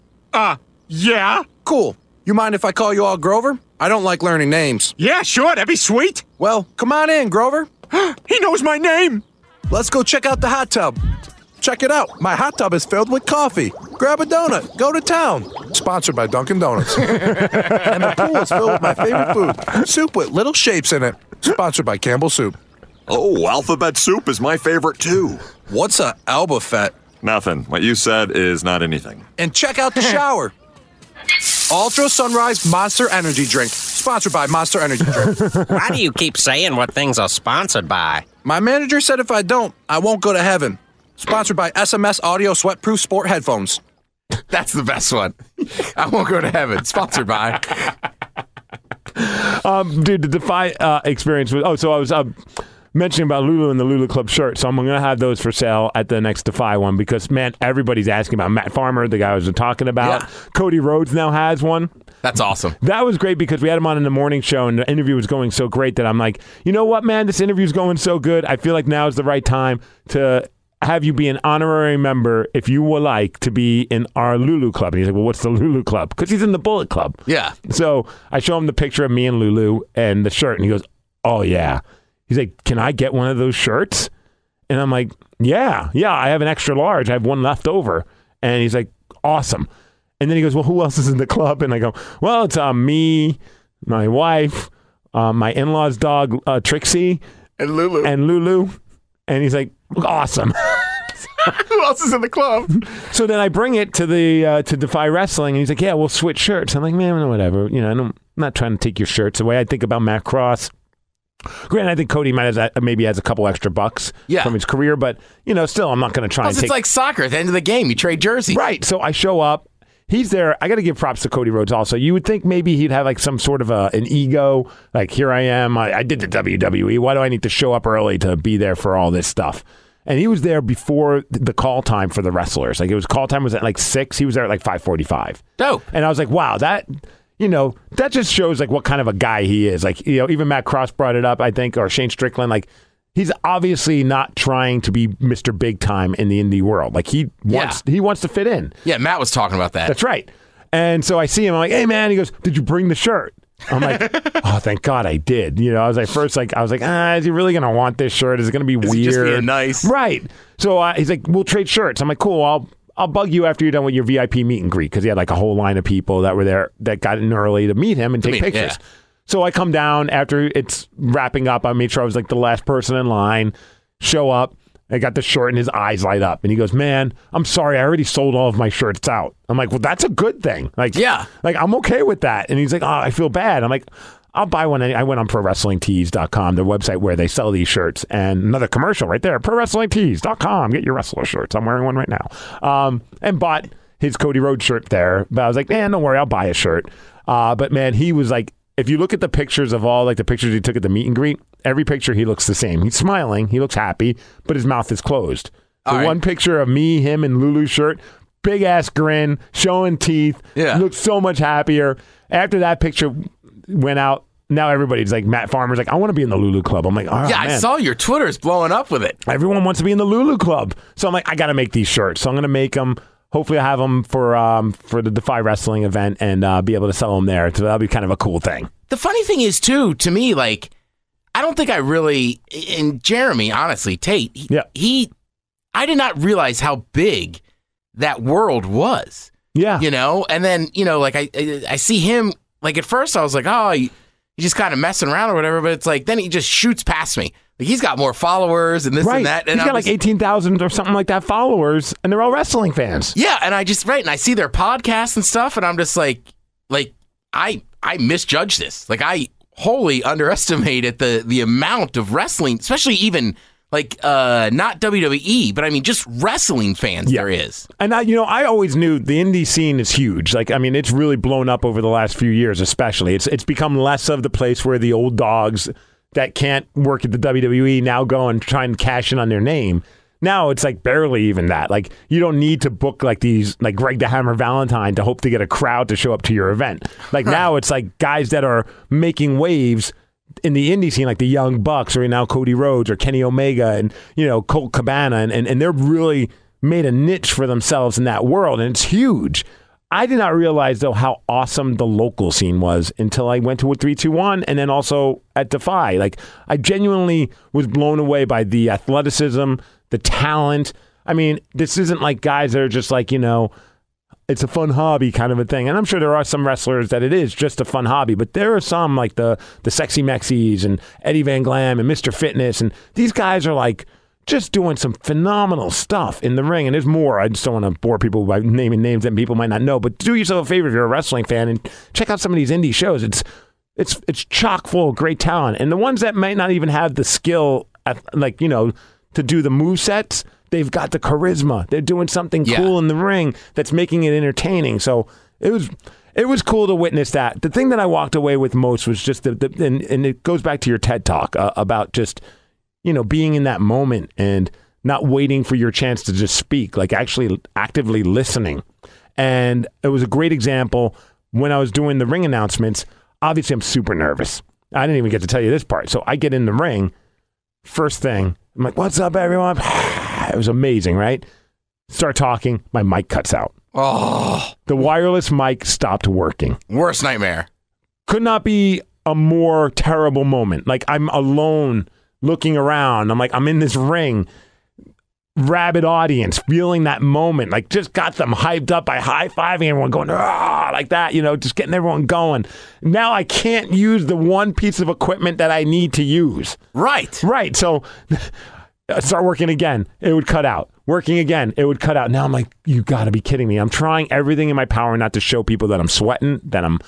Speaker 7: Yeah?
Speaker 9: Cool. You mind if I call you all Grover? I don't like learning names.
Speaker 7: Yeah, sure, that'd be sweet.
Speaker 9: Well, come on in, Grover.
Speaker 7: He knows my name.
Speaker 9: Let's go check out the hot tub. Check it out. My hot tub is filled with coffee. Grab a donut. Go to town. Sponsored by Dunkin' Donuts. and the pool is filled with my favorite food soup with little shapes in it. Sponsored by Campbell Soup.
Speaker 10: Oh, alphabet soup is my favorite too.
Speaker 9: What's a Albafet?
Speaker 10: Nothing. What you said is not anything.
Speaker 9: and check out the shower. Ultra Sunrise Monster Energy Drink, sponsored by Monster Energy Drink.
Speaker 8: Why do you keep saying what things are sponsored by?
Speaker 9: My manager said if I don't, I won't go to heaven. Sponsored by SMS Audio Sweatproof Sport Headphones.
Speaker 3: That's the best one. I won't go to heaven. Sponsored by.
Speaker 2: dude, the Defy uh, experience was. Oh, so I was uh, mentioning about Lulu and the Lulu Club shirt. So I'm gonna have those for sale at the next Defy one because man, everybody's asking about Matt Farmer, the guy I was talking about.
Speaker 3: Yeah.
Speaker 2: Cody Rhodes now has one.
Speaker 3: That's awesome.
Speaker 2: That was great because we had him on in the morning show and the interview was going so great that I'm like, you know what, man, this interview's going so good. I feel like now is the right time to have you be an honorary member if you would like to be in our Lulu Club. And he's like, well, what's the Lulu Club? Because he's in the Bullet Club.
Speaker 3: Yeah.
Speaker 2: So I show him the picture of me and Lulu and the shirt, and he goes, "Oh yeah." He's like, "Can I get one of those shirts?" And I'm like, "Yeah, yeah. I have an extra large. I have one left over." And he's like, "Awesome." And then he goes, "Well, who else is in the club?" And I go, "Well, it's uh, me, my wife, uh, my in-laws' dog uh, Trixie,
Speaker 3: And Lulu.
Speaker 2: and Lulu." And he's like, "Awesome."
Speaker 3: who else is in the club?
Speaker 2: So then I bring it to the uh, to Defy Wrestling, and he's like, "Yeah, we'll switch shirts." I'm like, "Man, whatever. You know, I don't, I'm not trying to take your shirts away. I think about Matt Cross. Granted, I think Cody might have maybe has a couple extra bucks
Speaker 3: Yeah.
Speaker 2: from his career, but you know, still, I'm not going to try and
Speaker 3: Plus,
Speaker 2: take
Speaker 3: it's like soccer. At the end of the game, you trade jerseys.
Speaker 2: Right. So I show up. He's there. I got to give props to Cody Rhodes also. You would think maybe he'd have like some sort of a, an ego. Like, here I am. I, I did the WWE. Why do I need to show up early to be there for all this stuff? And he was there before th- the call time for the wrestlers. Like it was call time was at like six. He was there at like five forty five.
Speaker 3: Dope.
Speaker 2: And I was like, wow, that you know, that just shows like what kind of a guy he is. Like, you know, even Matt Cross brought it up, I think, or Shane Strickland, like he's obviously not trying to be Mr. Big Time in the indie world. Like he wants he wants to fit in.
Speaker 3: Yeah, Matt was talking about that.
Speaker 2: That's right. And so I see him. I'm like, hey man. He goes, did you bring the shirt? I'm like, oh, thank God I did. You know, I was like, first, like, I was like, ah, is he really gonna want this shirt? Is it gonna be
Speaker 3: Is he
Speaker 2: weird?
Speaker 3: just being nice?
Speaker 2: right? So uh, he's like, we'll trade shirts. I'm like, cool. I'll I'll bug you after you're done with your VIP meet and greet because he had like a whole line of people that were there that got in early to meet him and take
Speaker 3: meet-
Speaker 2: pictures.
Speaker 3: yeah.
Speaker 2: So I come down after it's wrapping up. I made sure I was like the last person in line. Show up. I got the shirt and his eyes light up. And he goes, Man, I'm sorry. I already sold all of my shirts out. I'm like, Well, that's a good thing. Like,
Speaker 3: Yeah.
Speaker 2: Like, I'm okay with that. And he's like, Oh, I feel bad. I'm like, I'll buy one. I went on prowrestlingtees.com, the website where they sell these shirts. And another commercial right there prowrestlingtees.com. Get your wrestler shirts. I'm wearing one right now. Um, and "Eh, bought his Cody Rhodes shirt there. But I was like, Man, don't worry. I'll buy a shirt. Uh, but man, he was like, if you look at the pictures of all like the pictures he took at the meet and greet, every picture he looks the same. He's smiling, he looks happy, but his mouth is closed. The
Speaker 3: All right.
Speaker 2: one picture of me, him, and Lulu shirt, big ass grin, showing teeth.
Speaker 3: Yeah.
Speaker 2: looks so much happier. After that picture went out, now everybody's like Matt Farmer's like, I want to be in the Lulu Club. I'm like, oh,
Speaker 3: yeah, I
Speaker 2: man.
Speaker 3: saw your Twitter's blowing up with it.
Speaker 2: Everyone wants to be in the Lulu Club, so I'm like, I got to make these shirts. So I'm gonna make them. Hopefully, I have them for um, for the Defy Wrestling event and uh, be able to sell them there. So that'll be kind of a cool thing.
Speaker 3: The funny thing is, too, to me, like, I don't think I really, and Jeremy, honestly, Tate, he,
Speaker 2: Yeah.
Speaker 3: he I did not realize how big that world was,
Speaker 2: Yeah,
Speaker 3: you know? And then, you know, like, I, I, I see him, like, at first I was like, oh, he, he's just kind of messing around or whatever, but it's like, then he just shoots past me. Like, he's got more followers and this
Speaker 2: right.
Speaker 3: and that. And
Speaker 2: He's
Speaker 3: I'm
Speaker 2: got like
Speaker 3: just-
Speaker 2: eighteen thousand or something like that followers, and they're all wrestling fans.
Speaker 3: Yeah, and I just right, and I see their podcasts and stuff, and I'm just like, like I I misjudged this. Like I wholly underestimated the the amount of wrestling, especially even like uh not WWE, but I mean just wrestling fans
Speaker 2: Yeah.
Speaker 3: there is.
Speaker 2: And I, you know, I always knew the indie scene is huge. Like, I mean, it's really blown up over the last few years, especially. It's it's become less of the place where the old dogs that can't work at the WWE now go and try and cash in on their name. Now it's like barely even that. Like, you don't need to book like these, like Greg the Hammer Valentine, to hope to get a crowd to show up to your event. Like now, it's like guys that are making waves in the indie scene, like the Young Bucks or now Cody Rhodes or Kenny Omega and, you know, Colt Cabana, and, and, and they're really made a niche for themselves in that world, and it's huge. I did not realize, though, how awesome the local scene was until I went to a 321 and then also at Defy. Like, I genuinely was blown away by the athleticism, the talent. I mean, this isn't like guys that are just like, you know, it's a fun hobby kind of a thing. And I'm sure there are some wrestlers that it is just a fun hobby, but there are some like the the sexy Maxis and Eddie Van Glam and Mr. Fitness and these guys are like just doing some phenomenal stuff in the ring. And there's more. I just don't want to bore people by naming names that people might not know. But do yourself a favor if you're a wrestling fan and check out some of these indie shows. It's it's it's chock full of great talent, and the ones that might not even have the skill, at, like you know, to do the move sets, they've got the charisma. They're doing something
Speaker 3: Yeah.
Speaker 2: cool in the ring that's making it entertaining. So it was it was cool to witness that. The thing that I walked away with most was just the, the and, and it goes back to your TED talk uh, about just you know being in that moment and not waiting for your chance to just speak, like actually actively listening. And it was a great example when I was doing the ring announcements. Obviously, I'm super nervous. I didn't even get to tell you this part. So I get in the ring first thing, I'm like, what's up, everyone? It was amazing, right? Start talking, my mic cuts out.
Speaker 3: Oh,
Speaker 2: The wireless mic stopped working.
Speaker 3: worst nightmare.
Speaker 2: Could not be a more terrible moment. Like, I'm alone looking around. I'm like, I'm in this ring, rabid audience, feeling that moment. Like, just got them hyped up by high fiving everyone, going, ah, like that, you know, just getting everyone going. Now I can't use the one piece of equipment that I need to use.
Speaker 3: Right.
Speaker 2: Right. So start working again. It would cut out. Working again, it would cut out. Now I'm like, you got to be kidding me. I'm trying everything in my power not to show people that I'm sweating, that I'm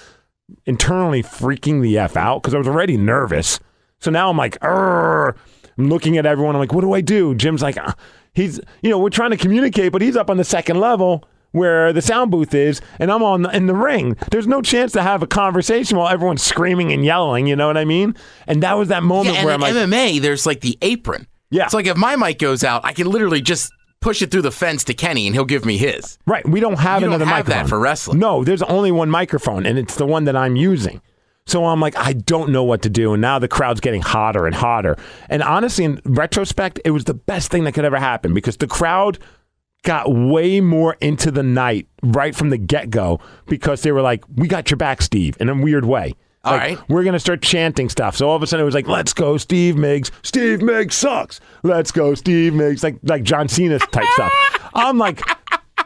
Speaker 2: internally freaking the F out because I was already nervous. So now I'm like, "Arr." I'm looking at everyone. I'm like, what do I do? Jim's like, "Ah." he's, you know, we're trying to communicate, but he's up on the second level where the sound booth is, and I'm on in the ring. There's no chance to have a conversation while everyone's screaming and yelling. You know what I mean? And that was that
Speaker 3: Yeah,
Speaker 2: moment
Speaker 3: and
Speaker 2: where
Speaker 3: in
Speaker 2: I'm like,
Speaker 3: MMA, there's like the apron.
Speaker 2: Yeah.
Speaker 3: It's like if my mic goes out, I can literally just push it through the fence to Kenny, and he'll give me his.
Speaker 2: Right. We don't have
Speaker 3: You don't
Speaker 2: another
Speaker 3: have that
Speaker 2: microphone
Speaker 3: for wrestling.
Speaker 2: No, there's only one microphone, and it's the one that I'm using. So I'm like, I don't know what to do. And now the crowd's getting hotter and hotter. And honestly, in retrospect, it was the best thing that could ever happen because the crowd got way more into the night right from the get go because they were like, "We got your back, Steve," in a weird way.
Speaker 3: All
Speaker 2: Like,
Speaker 3: right.
Speaker 2: we're gonna start chanting stuff. So all of a sudden it was like, "Let's go, Steve Miggs! Steve Miggs sucks! Let's go, Steve Miggs!" Like like John Cena type stuff. I'm like.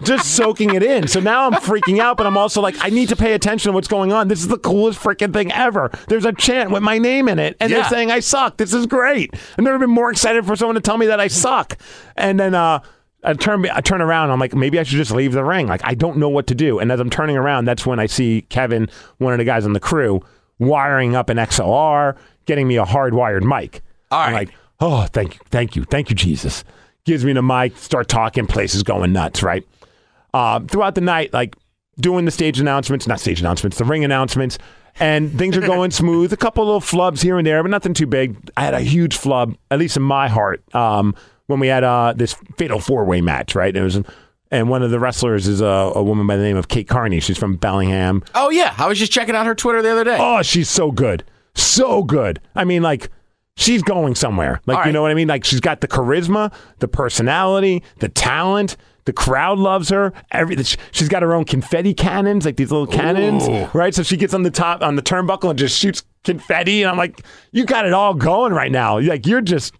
Speaker 2: Just soaking it in. So now I'm freaking out, but I'm also like, I need to pay attention to what's going on. This is the coolest freaking thing ever. There's a chant with my name in it, and
Speaker 3: Yeah.
Speaker 2: they're saying I suck. This is great. I've never been more excited for someone to tell me that I suck. And then uh, I turn I turn around. I'm like, maybe I should just leave the ring. Like I don't know what to do. And as I'm turning around, that's when I see Kevin, one of the guys on the crew, wiring up an XLR, getting me a hardwired mic.
Speaker 3: All
Speaker 2: I'm
Speaker 3: right.
Speaker 2: like, oh, thank you, thank you, thank you, Jesus. Gives me the mic, start talking, place is going nuts, right? Um, throughout the night, like doing the stage announcements, not stage announcements, the ring announcements. and things are going smooth. A couple little flubs here and there, but nothing too big. I had a huge flub, at least in my heart, um, when we had uh, this fatal four way match, right? It was, and one of the wrestlers is a, a woman by the name of Kate Carney. She's from Bellingham.
Speaker 3: Oh yeah, I was just checking out her Twitter the other day.
Speaker 2: Oh, she's so good. So good. I mean, like, she's going somewhere. Like,
Speaker 3: All
Speaker 2: you
Speaker 3: right.
Speaker 2: know what I mean? Like, she's got the charisma, the personality, the talent. The crowd loves her. Every sh- she's got her own confetti cannons, like these little cannons, right? So she gets on the top on the turnbuckle and just shoots confetti, and I'm like, you got it all going right now. Like you're just,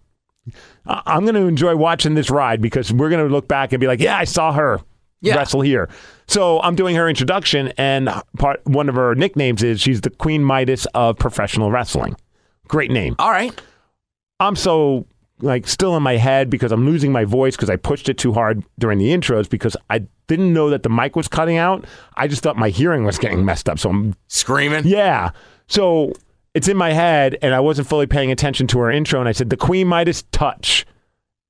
Speaker 2: I- I'm going to enjoy watching this ride because we're going to look back and be like, yeah, I saw her
Speaker 3: Yeah.
Speaker 2: wrestle here. So I'm doing her introduction, and part one of her nicknames is she's the Queen Midas of professional wrestling. Great name.
Speaker 3: All right.
Speaker 2: I'm so like still in my head because I'm losing my voice because I pushed it too hard during the intros because I didn't know that the mic was cutting out. I just thought my hearing was getting messed up. So I'm
Speaker 3: Screaming.
Speaker 2: yeah. So it's in my head, and I wasn't fully paying attention to her intro, and I said, The Queen Midas touch.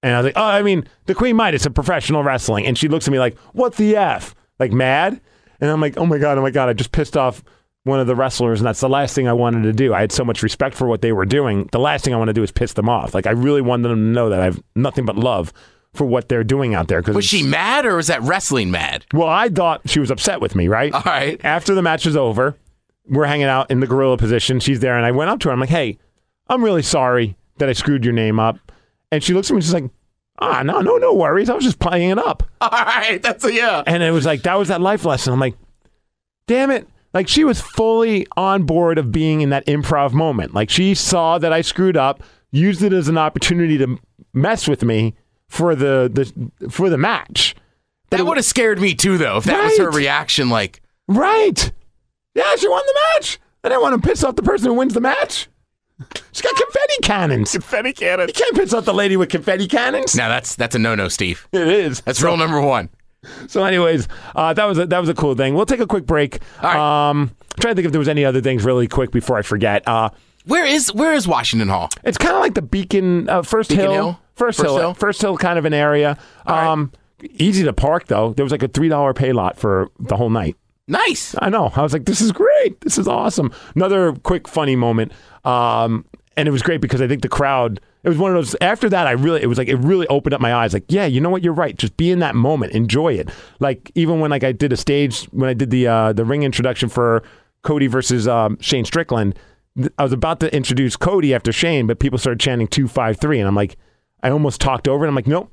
Speaker 2: And I was like, Oh, I mean, the Queen Midas of professional wrestling. And she looks at me like, What the F? Like, mad? And I'm like, Oh my God, oh my God, I just pissed off one of the wrestlers, and that's the last thing I wanted to do. I had so much respect for what they were doing. The last thing I want to do is piss them off. Like, I really wanted them to know that I have nothing but love for what they're doing out there. 'cause
Speaker 3: Was
Speaker 2: it's-
Speaker 3: she mad or was that wrestling mad?
Speaker 2: well, I thought she was upset with me, right?
Speaker 3: All right.
Speaker 2: After the match was over, we're hanging out in the gorilla position. She's there, and I went up to her. I'm like, hey, I'm really sorry that I screwed your name up. And she looks at me and she's like, ah, no, no, no worries. I was just playing it up.
Speaker 3: All right. That's a yeah.
Speaker 2: And it was like, that was that life lesson. I'm like, damn it. Like, she was fully on board of being in that improv moment. Like, she saw that I screwed up, used it as an opportunity to mess with me for the, the for the match.
Speaker 3: That would have scared me too, though, if that was her
Speaker 2: Right.
Speaker 3: reaction. Like,
Speaker 2: Right. Yeah, she won the match. I didn't want to piss off the person who wins the match. She's got confetti cannons. Confetti cannons. You can't piss off the lady with confetti cannons.
Speaker 3: now that's that's a no no, Steve.
Speaker 2: It is.
Speaker 3: That's rule number one.
Speaker 2: So, anyways, uh, that was a, that was a cool thing. We'll take a quick break.
Speaker 3: All right.
Speaker 2: Um, trying to think if there was any other things really quick before I forget. Uh,
Speaker 3: Where is where is Washington Hall?
Speaker 2: it's kind of like the Beacon uh, First
Speaker 3: Beacon
Speaker 2: Hill,
Speaker 3: Hill?
Speaker 2: First,
Speaker 3: First
Speaker 2: Hill,
Speaker 3: Hill?
Speaker 2: First Hill, kind of an area.
Speaker 3: right.
Speaker 2: Um, easy to park though. There was like a three dollar pay lot for the whole night.
Speaker 3: Nice.
Speaker 2: I know. I was like, this is great. This is awesome. Another quick, funny moment. Um, and it was great because I think the crowd, it was one of those, after that, I really, it was like, it really opened up my eyes. Like, yeah, you know what? You're right. Just be in that moment. Enjoy it. Like, even when like I did a stage, when I did the, uh, the ring introduction for Cody versus um, Shane Strickland, th- I was about to introduce Cody after Shane, but people started chanting 253. And I'm like, I almost talked over it. I'm like, nope.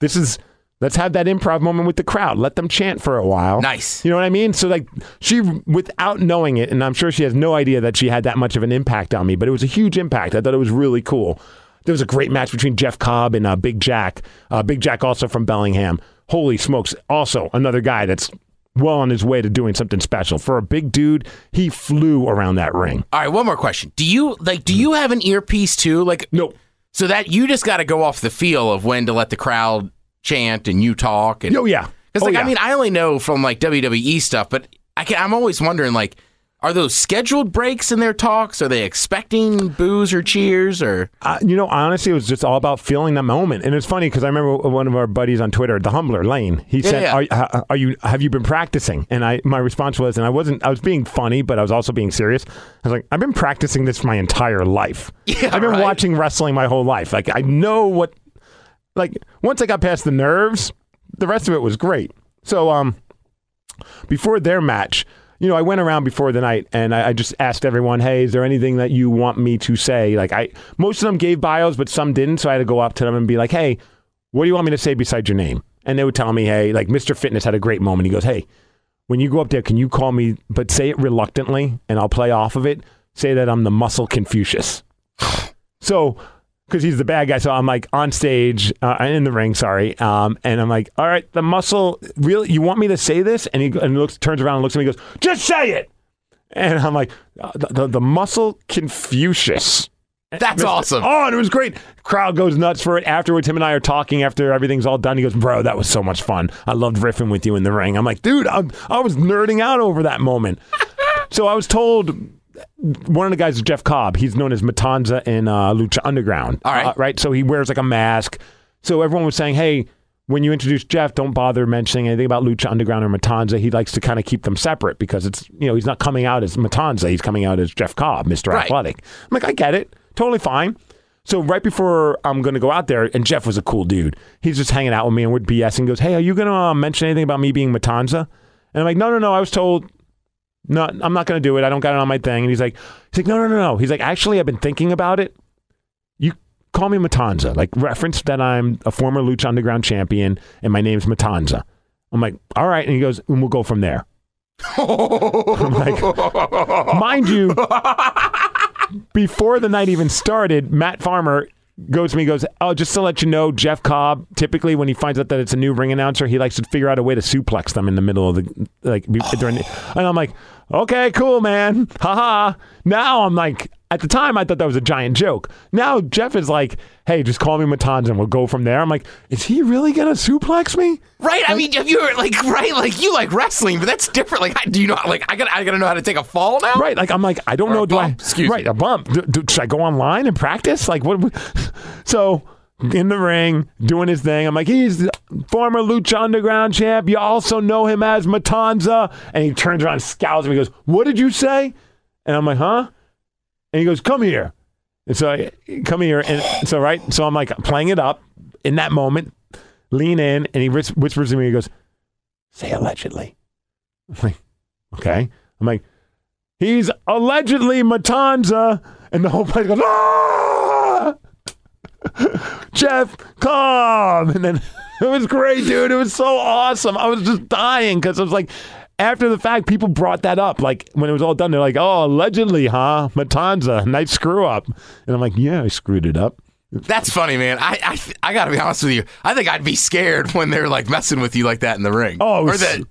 Speaker 2: This is, let's have that improv moment with the crowd. Let them chant for a while.
Speaker 3: Nice.
Speaker 2: You know what I mean? So like she without knowing it, and I'm sure she has no idea that she had that much of an impact on me, but it was a huge impact. I thought it was really cool. There was a great match between Jeff Cobb and uh, Big Jack. Uh, Big Jack also from Bellingham. Holy smokes! Also another guy that's well on his way to doing something special. For a big dude, he flew around that ring.
Speaker 3: All right. One more question. Do you like? Do you have an earpiece too? Like,
Speaker 2: No,
Speaker 3: so that you just got to go off the feel of when to let the crowd chant and you talk. And
Speaker 2: oh yeah,
Speaker 3: Because
Speaker 2: Oh,
Speaker 3: like
Speaker 2: yeah.
Speaker 3: I mean I only know from like WWE stuff, but I can, I'm always wondering like are those scheduled breaks in their talks? Are they expecting boos or cheers or
Speaker 2: uh, you know, honestly, it was just all about feeling that moment. And it's funny because I remember one of our buddies on Twitter, the Humbler Lane. He said,
Speaker 3: yeah.
Speaker 2: Are, ha- "Are you? Have you been practicing?" And I, my response was, and I wasn't. I was being funny, but I was also being serious. I was like, "I've been practicing this my entire life.
Speaker 3: Yeah,
Speaker 2: I've been
Speaker 3: right.
Speaker 2: watching wrestling my whole life. Like, I know what. Like, once I got past the nerves, the rest of it was great. So, um." before their match, you know, I went around before the night and I, I just asked everyone, "Hey, is there anything that you want me to say?" Like I, most of them gave bios, but some didn't, so I had to go up to them and be like, "Hey, what do you want me to say besides your name?" And they would tell me, "Hey, like Mr. Fitness had a great moment." He goes, "Hey, when you go up there, can you call me, but say it reluctantly, and I'll play off of it. Say that I'm the muscle Confucius." So, because he's the bad guy, so I'm like on stage, uh, in the ring, sorry, um, and I'm like, all right, the muscle, really, you want me to say this? And he go- and looks, turns around, and looks at me, and goes, just say it. And I'm like, uh, the, the, the muscle Confucius.
Speaker 3: That's
Speaker 2: Mr.
Speaker 3: awesome.
Speaker 2: Oh, and it was great. Crowd goes nuts for it. Afterwards, him and I are talking after everything's all done. He goes, Bro, that was so much fun. I loved riffing with you in the ring. I'm like, Dude, i I was nerding out over that moment. so I was told one of the guys is Jeff Cobb. He's known as Matanza in uh, Lucha Underground.
Speaker 3: All right.
Speaker 2: Uh, right. So he wears like a mask. So everyone was saying, Hey, when you introduce Jeff, don't bother mentioning anything about Lucha Underground or Matanza. He likes to kind of keep them separate because it's, you know, he's not coming out as Matanza. He's coming out as Jeff Cobb, Mr.
Speaker 3: Right.
Speaker 2: Athletic. I'm like, I get it. Totally fine. So right before I'm going to go out there, and Jeff was a cool dude. He's just hanging out with me and we're BSing. Goes, hey, are you going to uh, mention anything about me being Matanza? And I'm like, no, no, no. I was told no, I'm not going to do it. I don't got it on my thing. And he's like, he's like, no, no, no, no. He's like, actually, I've been thinking about it. You call me Matanza, like reference that I'm a former Lucha Underground champion and my name's Matanza. I'm like, all right. And he goes, and we'll go from there. I'm like, mind you, before the night even started, Matt Farmer goes to me, goes, oh, just to let you know, Jeff Cobb, typically when he finds out that it's a new ring announcer, he likes to figure out a way to suplex them in the middle of the, like, be- during the, and I'm like, okay, cool, man. Haha. Now I'm like, at the time, I thought that was a giant joke. Now Jeff is like, hey, just call me Matanza and we'll go from there. I'm like, is he really going to suplex me?
Speaker 3: Right? I mean, if you're like right, like you like wrestling, but that's different. Like, I, do you know? Like, I got, I got to know how to take a fall now.
Speaker 2: Right. Like I'm like I don't
Speaker 3: Or a
Speaker 2: know. Do I?
Speaker 3: bump, excuse
Speaker 2: right.
Speaker 3: me.
Speaker 2: A bump. Do, do- should I go online and practice? Like what? So in the ring doing his thing. I'm like he's the former Lucha Underground champ. You also know him as Matanza. And he turns around, and scowls at me, goes, "What did you say?" And I'm like, "Huh?" And he goes, "Come here." And so I come here, and so right. So I'm like playing it up in that moment. Lean in, and he whis- whispers to me. He goes, "Say allegedly." I'm like, okay. I'm like, he's allegedly Matanza, and the whole place goes, ah! Jeff Cobb, and then it was great, dude. It was so awesome. I was just dying because I was like, after the fact, people brought that up. Like when it was all done, they're like, oh, allegedly, huh? Matanza, nice screw up, and I'm like, yeah, I screwed it up.
Speaker 3: That's funny, man. I, I, I got to be honest with you. I think I'd be scared when they're like messing with you like that in the ring.
Speaker 2: Oh, it was-
Speaker 3: or the,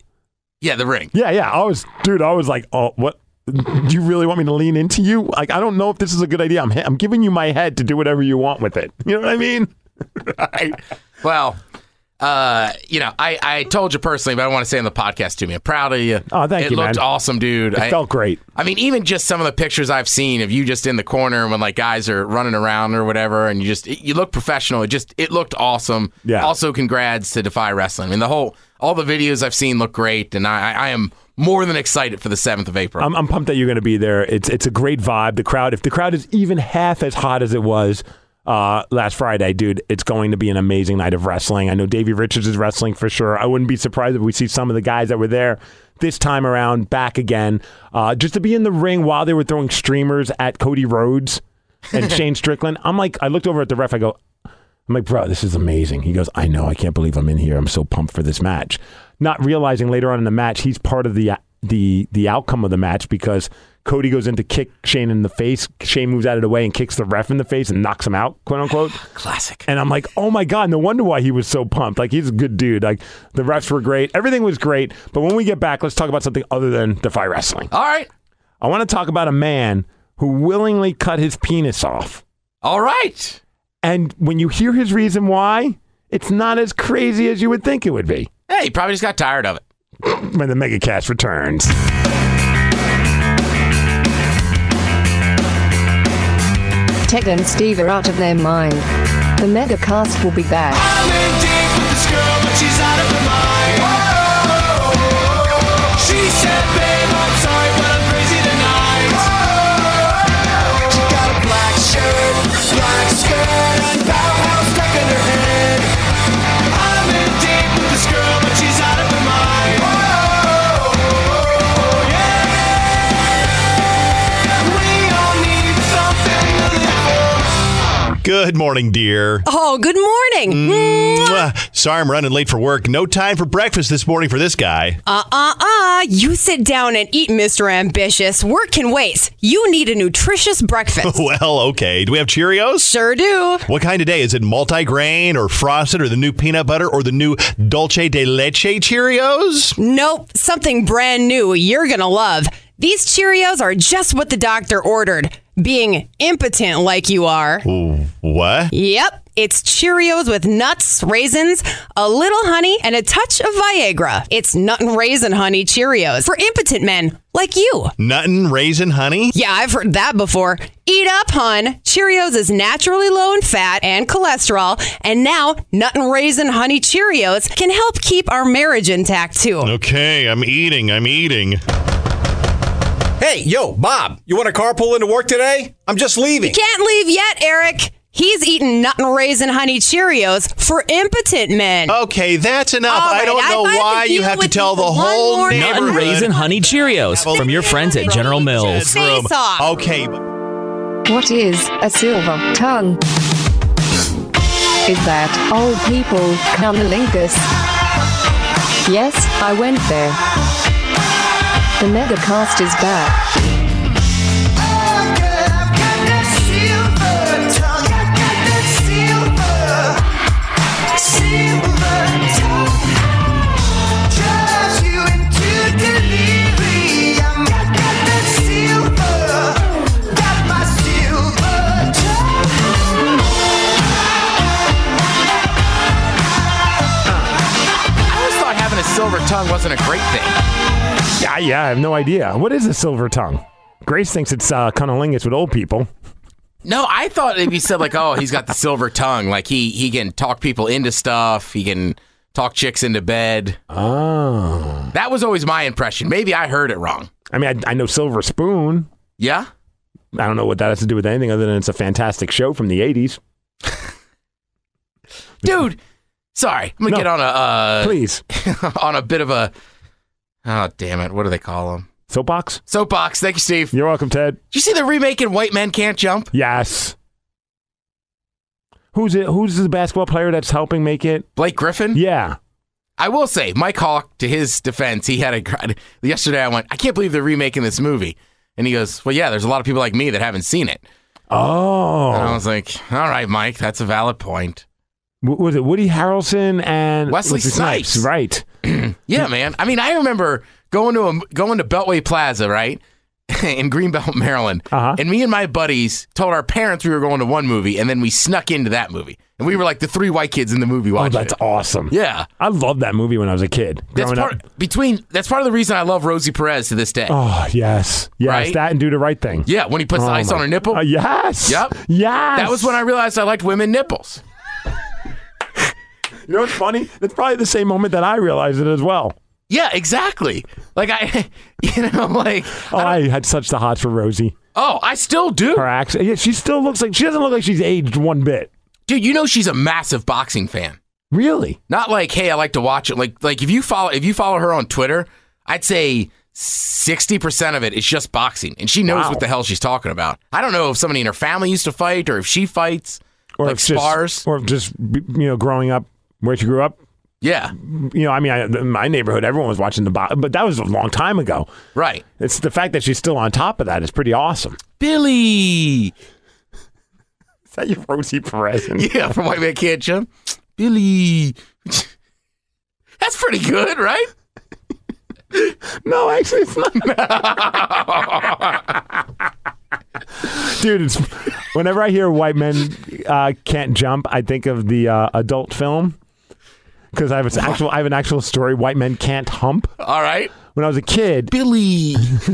Speaker 3: yeah, the ring.
Speaker 2: Yeah, yeah. I was, dude. I was like, oh, what? Do you really want me to lean into you? Like, I don't know if this is a good idea. I'm, I'm giving you my head to do whatever you want with it. You know what I mean?
Speaker 3: I, well, uh, you know, I, I told you personally, but I want to say on the podcast to me, I'm proud of you.
Speaker 2: Oh, thank
Speaker 3: it
Speaker 2: you,
Speaker 3: looked
Speaker 2: man.
Speaker 3: awesome, dude.
Speaker 2: It
Speaker 3: I,
Speaker 2: felt great.
Speaker 3: I mean, even just some of the pictures I've seen of you just in the corner when like guys are running around or whatever, and you just you look professional. It just it looked awesome.
Speaker 2: Yeah.
Speaker 3: Also, congrats to Defy Wrestling. I mean, the whole all the videos I've seen look great, and I I am more than excited for the seventh of April.
Speaker 2: I'm, I'm pumped that you're going to be there. It's it's a great vibe. The crowd, if the crowd is even half as hot as it was uh, last Friday, dude, it's going to be an amazing night of wrestling. I know Davey Richards is wrestling for sure. I wouldn't be surprised if we see some of the guys that were there this time around back again, uh, just to be in the ring while they were throwing streamers at Cody Rhodes and Shane Strickland. I'm like, I looked over at the ref. I go, I'm like, bro, this is amazing. He goes, I know. I can't believe I'm in here. I'm so pumped for this match. Not realizing later on in the match, he's part of the the the outcome of the match because Cody goes in to kick Shane in the face. Shane moves out of the way and kicks the ref in the face and knocks him out, quote unquote.
Speaker 3: Classic.
Speaker 2: And I'm like, oh my God, no wonder why he was so pumped. Like, he's a good dude. Like, the refs were great. Everything was great. But when we get back, let's talk about something other than Defy Wrestling.
Speaker 3: All right.
Speaker 2: I want to talk about a man who willingly cut his penis off.
Speaker 3: All right.
Speaker 2: And when you hear his reason why, it's not as crazy as you would think it would be
Speaker 3: Hey, you probably just got tired of it.
Speaker 2: when the mega cash returns.
Speaker 1: Ted and Steve are out of their mind. The Megacast will be back.
Speaker 6: I'm in deep with this girl, but she's out of her mind. She said, babe, I'm sorry, but I'm crazy tonight. She got a black shirt, black skirt, and powerhouse stuck in her head. I'm in deep with this girl, but she's out of her mind. Yeah. We all need something to live for.
Speaker 11: Good morning, dear. Mm,
Speaker 12: Oh, good morning.
Speaker 11: Mwah. Sorry I'm running late for work. No time for breakfast this morning for this guy.
Speaker 12: Uh uh uh. You sit down and eat, Mr. Ambitious. Work can wait. You need a nutritious breakfast.
Speaker 11: well, okay. Do we have Cheerios?
Speaker 12: sure do.
Speaker 11: What kind today? Is it multigrain or frosted or the new peanut butter or the new dulce de leche Cheerios?
Speaker 12: Nope, something brand new you're gonna love. These Cheerios are just what the doctor ordered, being impotent like you are.
Speaker 11: What?
Speaker 12: Yep. It's Cheerios with nuts, raisins, a little honey, and a touch of Viagra. It's nut and raisin honey Cheerios for impotent men like you.
Speaker 11: Nuttin' raisin honey?
Speaker 12: Yeah, I've heard that before. Eat up, hun. Cheerios is naturally low in fat and cholesterol, and now nut and raisin honey Cheerios can help keep our marriage intact too.
Speaker 11: Okay, I'm eating. I'm eating.
Speaker 13: Hey, yo, Bob, you want to carpool into work today? I'm just leaving.
Speaker 12: Can't leave yet, Eric. He's eating nut and raisin honey Cheerios for impotent men.
Speaker 11: Okay, that's enough. I don't know why you have to tell the whole
Speaker 14: Nut and raisin honey Cheerios from your friends at General Mills.
Speaker 12: Face off.
Speaker 11: Okay.
Speaker 1: What is a silver tongue? Is that old people cunnilingus? Yes, I went there. The megacast is back.
Speaker 3: I always thought having a silver tongue wasn't a great thing.
Speaker 2: Yeah, yeah, I have no idea. What is a silver tongue? Grace thinks it's uh, cunnilingus with old people.
Speaker 3: No, I thought if you said like, "Oh, he's got the silver tongue," like he he can talk people into stuff, he can talk chicks into bed.
Speaker 2: Oh,
Speaker 3: that was always my impression. Maybe I heard it wrong.
Speaker 2: I mean, I, I know Silver Spoon.
Speaker 3: Yeah?
Speaker 2: I don't know what that has to do with anything other than it's a fantastic show from the 80s.
Speaker 3: Dude, sorry. I'm gonna get on a uh,
Speaker 2: please
Speaker 3: on a bit of a oh damn it, what do they call them?
Speaker 2: Soapbox.
Speaker 3: Soapbox. Thank you, Steve.
Speaker 2: You're welcome, Ted.
Speaker 3: Did you see the remake in White Men Can't Jump?
Speaker 2: Yes. Who's it? Who's the basketball player that's helping make it?
Speaker 3: Blake Griffin.
Speaker 2: Yeah.
Speaker 3: I will say, Mike Hawk, to his defense, he had a gr- yesterday. I went, I can't believe they're remaking this movie, and he goes, Well, yeah, there's a lot of people like me that haven't seen it.
Speaker 2: Oh.
Speaker 3: And I was like, All right, Mike, that's a valid point.
Speaker 2: W- was it Woody Harrelson and
Speaker 3: Wesley Snipes.
Speaker 2: Right.
Speaker 3: Yeah, man. I mean, I remember going to a, going to Beltway Plaza, right? in Greenbelt, Maryland.
Speaker 2: Uh-huh.
Speaker 3: And me and my buddies told our parents we were going to one movie and then we snuck into that movie. And we were like the three white kids in the movie
Speaker 2: Oh,
Speaker 3: watching.
Speaker 2: that's
Speaker 3: it.
Speaker 2: awesome.
Speaker 3: Yeah.
Speaker 2: I loved that movie when I was a kid.
Speaker 3: That's
Speaker 2: growing
Speaker 3: part
Speaker 2: up.
Speaker 3: between that's part of the reason I love Rosie Perez to this day.
Speaker 2: Oh, yes. Yes.
Speaker 3: Right?
Speaker 2: That and do the right thing.
Speaker 3: Yeah, when he puts
Speaker 2: Oh,
Speaker 3: the ice
Speaker 2: my-
Speaker 3: on her nipple.
Speaker 2: Uh, yes.
Speaker 3: Yep.
Speaker 2: Yes.
Speaker 3: That was when I realized I liked women nipples.
Speaker 2: You know what's funny? That's probably the same moment that I realized it as well.
Speaker 3: Yeah, exactly. Like I you know, like
Speaker 2: Oh, I, had such the hots for Rosie.
Speaker 3: oh, I still do.
Speaker 2: Her accent. Yeah, she still looks like she doesn't look like she's aged one bit.
Speaker 3: Dude, you know she's a massive boxing fan.
Speaker 2: Really?
Speaker 3: Not like, hey, I like to watch it. Like, like if you follow if you follow her on Twitter, I'd say sixty percent of it is just boxing, and she knows
Speaker 2: Wow.
Speaker 3: what the hell she's talking about. I don't know if somebody in her family used to fight or if she fights
Speaker 2: Or
Speaker 3: like
Speaker 2: if just-
Speaker 3: spars.
Speaker 2: or if just b- you know, growing up where she grew up.
Speaker 3: yeah,
Speaker 2: You know, I mean, I, in my neighborhood, everyone was watching the box, but that was a long time ago.
Speaker 3: right.
Speaker 2: It's the fact that she's still on top of that is pretty awesome.
Speaker 3: Billy.
Speaker 2: Is that your Rosie Perez?
Speaker 3: Yeah, from White Man Can't Jump. Billy. That's pretty good, right?
Speaker 2: No, actually, it's not. Dude, it's, whenever I hear white men uh, can't jump, I think of the uh, adult film because I have an actual I have an actual story. White men can't hump.
Speaker 3: All right.
Speaker 2: When I was a kid,
Speaker 3: Billy.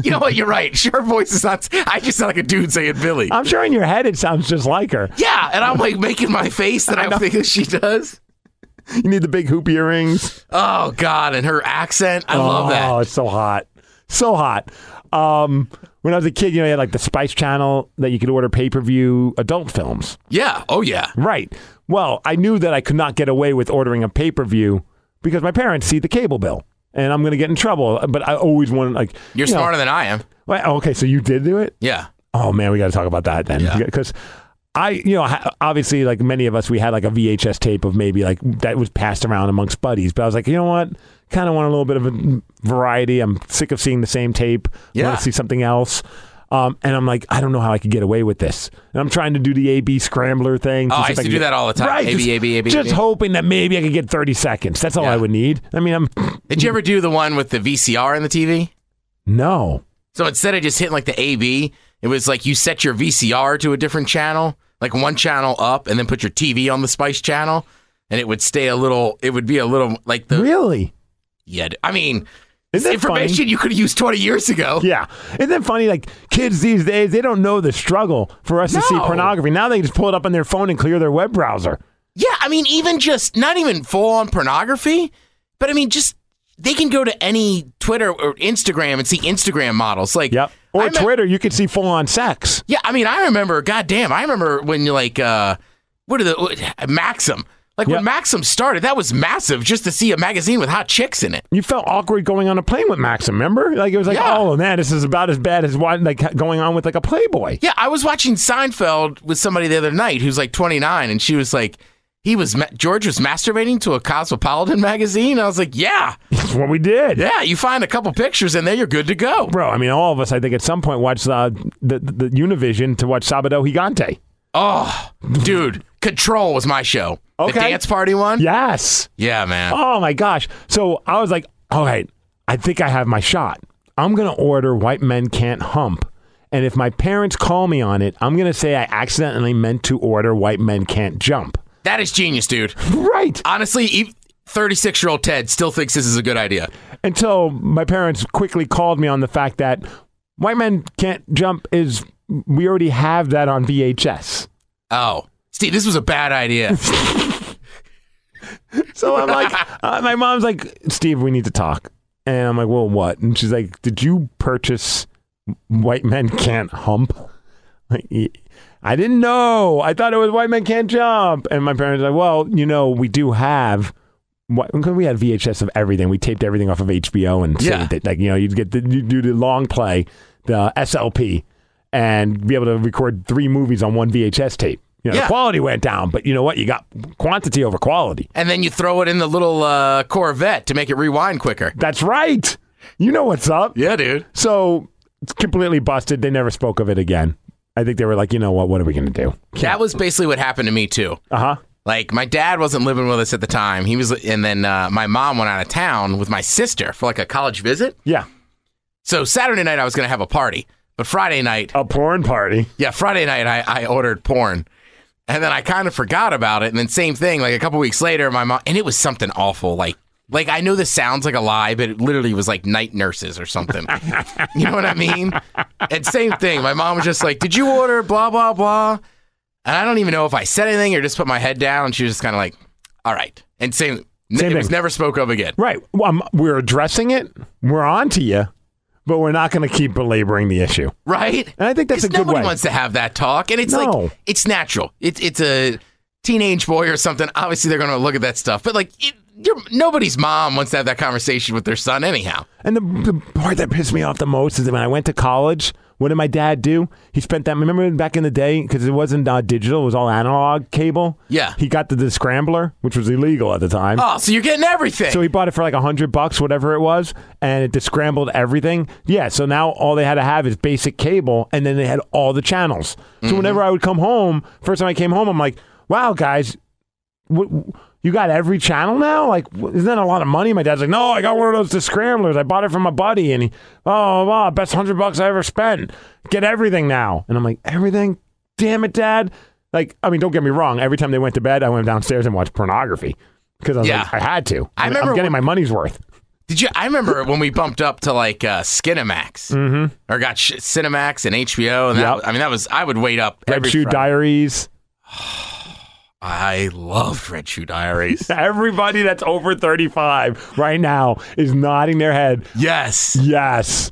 Speaker 3: You know what? You're right. Sure, voice is not. I just sound like a dude saying Billy.
Speaker 2: I'm sure in your head it sounds just like her.
Speaker 3: Yeah, and I'm like making my face that I'm thinking she does.
Speaker 2: You need the big hoop earrings.
Speaker 3: Oh God, and her accent. I love that.
Speaker 2: Oh, it's so hot, so hot. Um, when I was a kid, you know, you had like the Spice Channel that you could order pay per view adult films.
Speaker 3: Yeah. Oh yeah.
Speaker 2: Right. Well, I knew that I could not get away with ordering a pay per view because my parents see the cable bill and I'm going to get in trouble. But I always wanted, like,
Speaker 3: You're
Speaker 2: you know-
Speaker 3: smarter than I am.
Speaker 2: Well, okay, so you did do it?
Speaker 3: Yeah.
Speaker 2: Oh, man, we got to talk about that then. Because I, you know, ha- obviously, like many of us, we had like a VHS tape of maybe like that was passed around amongst buddies. But I was like, you know what? Kind of want a little bit of a variety. I'm sick of seeing the same tape. I
Speaker 3: Yeah.
Speaker 2: want to see something else. Um, and I'm like, I don't know how I could get away with this. And I'm trying to do the AB scrambler thing.
Speaker 3: Oh,
Speaker 2: to see
Speaker 3: I
Speaker 2: if
Speaker 3: used to
Speaker 2: can
Speaker 3: do that all the time.
Speaker 2: Right,
Speaker 3: AB,
Speaker 2: just,
Speaker 3: AB, AB.
Speaker 2: Just hoping that maybe I could get 30 seconds. That's all I would need. I mean, I'm
Speaker 3: Did you ever do the one with the VCR in the TV?
Speaker 2: no.
Speaker 3: So instead of just hitting like the AB, it was like you set your VCR to a different channel. like one channel up and then put your TV on the Spice channel, and it would stay a little. It would be a little like the
Speaker 2: really.
Speaker 3: Yeah, I mean,
Speaker 2: Isn't
Speaker 3: it's
Speaker 2: that funny?
Speaker 3: information you could have used twenty years ago.
Speaker 2: Yeah. Isn't that funny? Like kids these days, they don't know the struggle for us to see
Speaker 3: No.
Speaker 2: pornography. Now they just pull it up on their phone and clear their web browser.
Speaker 3: Yeah, I mean, even just not even full on pornography, but I mean, just they can go to any Twitter or Instagram and see Instagram models. Like, yep.
Speaker 2: Or Twitter, you could see full on sex.
Speaker 3: Yeah, I mean, I remember, goddamn, I remember when you like, uh, what are the what, Maxim? Like when Maxim started, that was massive just to see a magazine with hot chicks in it.
Speaker 2: You felt awkward going on a plane with Maxim, remember? Like it was like, oh man, this is about as bad as what like ha- going on with like a Playboy.
Speaker 3: Yeah, I was watching Seinfeld with somebody the other night who's like 29, and she was like, he was ma- George was masturbating to a Cosmopolitan magazine. I was like, yeah,
Speaker 2: That's what we did.
Speaker 3: yeah. You find a couple pictures in there, you're good to go.
Speaker 2: Bro, I mean, all of us, I think, at some point watched uh, the, the Univision to watch Sabado Gigante.
Speaker 3: Oh, dude, Control was my show. The dance party one?
Speaker 2: Yes.
Speaker 3: Yeah, man.
Speaker 2: Oh my gosh. So I was like, all right, I think I have my shot. I'm going to order White Men Can't Hump. And if my parents call me on it, I'm going to say I accidentally meant to order White Men Can't Jump.
Speaker 3: That is genius, dude.
Speaker 2: Right.
Speaker 3: Honestly, 36 year old Ted still thinks this is a good idea.
Speaker 2: Until my parents quickly called me on the fact that White Men Can't Jump is, we already have that on VHS.
Speaker 3: Oh, Steve, this was a bad idea.
Speaker 2: So I'm like, uh, my mom's like, Steve, we need to talk. And I'm like, well, what? And she's like, did you purchase White Men Can't Hump? Like, "Y- I didn't know. I thought it was White Men Can't Jump. And my parents are like, well, you know, we do have. What, because we had VHS of everything. We taped everything off of HBO and
Speaker 6: Yeah.
Speaker 2: saved it. Like, you know, you'd get the, you'd do the long play, the SLP, and be able to record three movies on one VHS tape. You know,
Speaker 3: Yeah.
Speaker 2: The quality went down, but you know what? You got quantity over quality.
Speaker 3: and then you throw it in the little uh, Corvette to make it rewind quicker.
Speaker 2: That's right. You know what's up.
Speaker 3: Yeah, dude.
Speaker 2: So it's completely busted. They never spoke of it again. I think they were like, you know what? What are we going to do?
Speaker 3: That was basically what happened to me, too.
Speaker 2: Uh huh.
Speaker 3: Like, my dad wasn't living with us at the time. He was, and then uh, my mom went out of town with my sister for like a college visit.
Speaker 2: Yeah.
Speaker 3: So Saturday night I was going to have a party, but Friday night
Speaker 2: a porn party.
Speaker 3: Yeah, Friday night I, I ordered porn, and then I kind of forgot about it. And then same thing, like a couple weeks later, my mom and it was something awful. Like like I know this sounds like a lie, but it literally was like night nurses or something. you know what I mean? And same thing. My mom was just like, "Did you order blah blah blah?" And I don't even know if I said anything or just put my head down. And she was just kind of like, "All right." And same,
Speaker 2: Same
Speaker 3: it was
Speaker 2: thing.
Speaker 3: never spoke of again.
Speaker 2: Right. Well, um, we're addressing it. We're on to you, but we're not going to keep belaboring the issue.
Speaker 3: Right?
Speaker 2: And I think that's a
Speaker 3: 'Cause
Speaker 2: good
Speaker 3: nobody
Speaker 2: way.
Speaker 3: wants to have that talk, and it's
Speaker 2: No.
Speaker 3: like it's natural. It's it's a teenage boy or something. Obviously, they're going to look at that stuff, but like it, you're, nobody's mom wants to have that conversation with their son, anyhow.
Speaker 2: And the, the part that pissed me off the most is when I went to college. What did my dad do? He spent that. Remember back in the day, because it wasn't uh, digital; it was all analog cable.
Speaker 3: Yeah.
Speaker 2: He got the, the scrambler, which was illegal at the time.
Speaker 3: Oh, so you're getting everything.
Speaker 2: So he bought it for like a hundred bucks, whatever it was, and it just scrambled everything. Yeah. So now all they had to have is basic cable, and then they had all the channels. So
Speaker 3: Mm-hmm.
Speaker 2: whenever I would come home, first time I came home, I'm like, "Wow, guys, what, you got every channel now? Like, wh- isn't that a lot of money?" My dad's like, "No, I got one of those the scramblers. I bought it from my buddy, and he, oh, wow, best hundred bucks I ever spent. Get everything now." And I'm like, "Everything? Damn it, Dad!" Like, I mean, don't get me wrong. Every time they went to bed, I went downstairs and watched pornography because I was
Speaker 3: Yeah.
Speaker 2: like, I had to.
Speaker 3: I
Speaker 2: I'm-
Speaker 3: remember
Speaker 2: I'm getting
Speaker 3: when-
Speaker 2: my money's worth.
Speaker 3: Did you? I remember when we bumped up to like uh, Skinamax
Speaker 2: Mm-hmm.
Speaker 3: or got sh- Cinemax and HBO, and that, I mean that was I would wait up
Speaker 2: Red
Speaker 3: every
Speaker 2: Shoe
Speaker 3: Friday.
Speaker 2: Diaries.
Speaker 3: I loved Red Shoe Diaries.
Speaker 2: Everybody that's over 35 right now is nodding their head.
Speaker 3: Yes.
Speaker 2: Yes.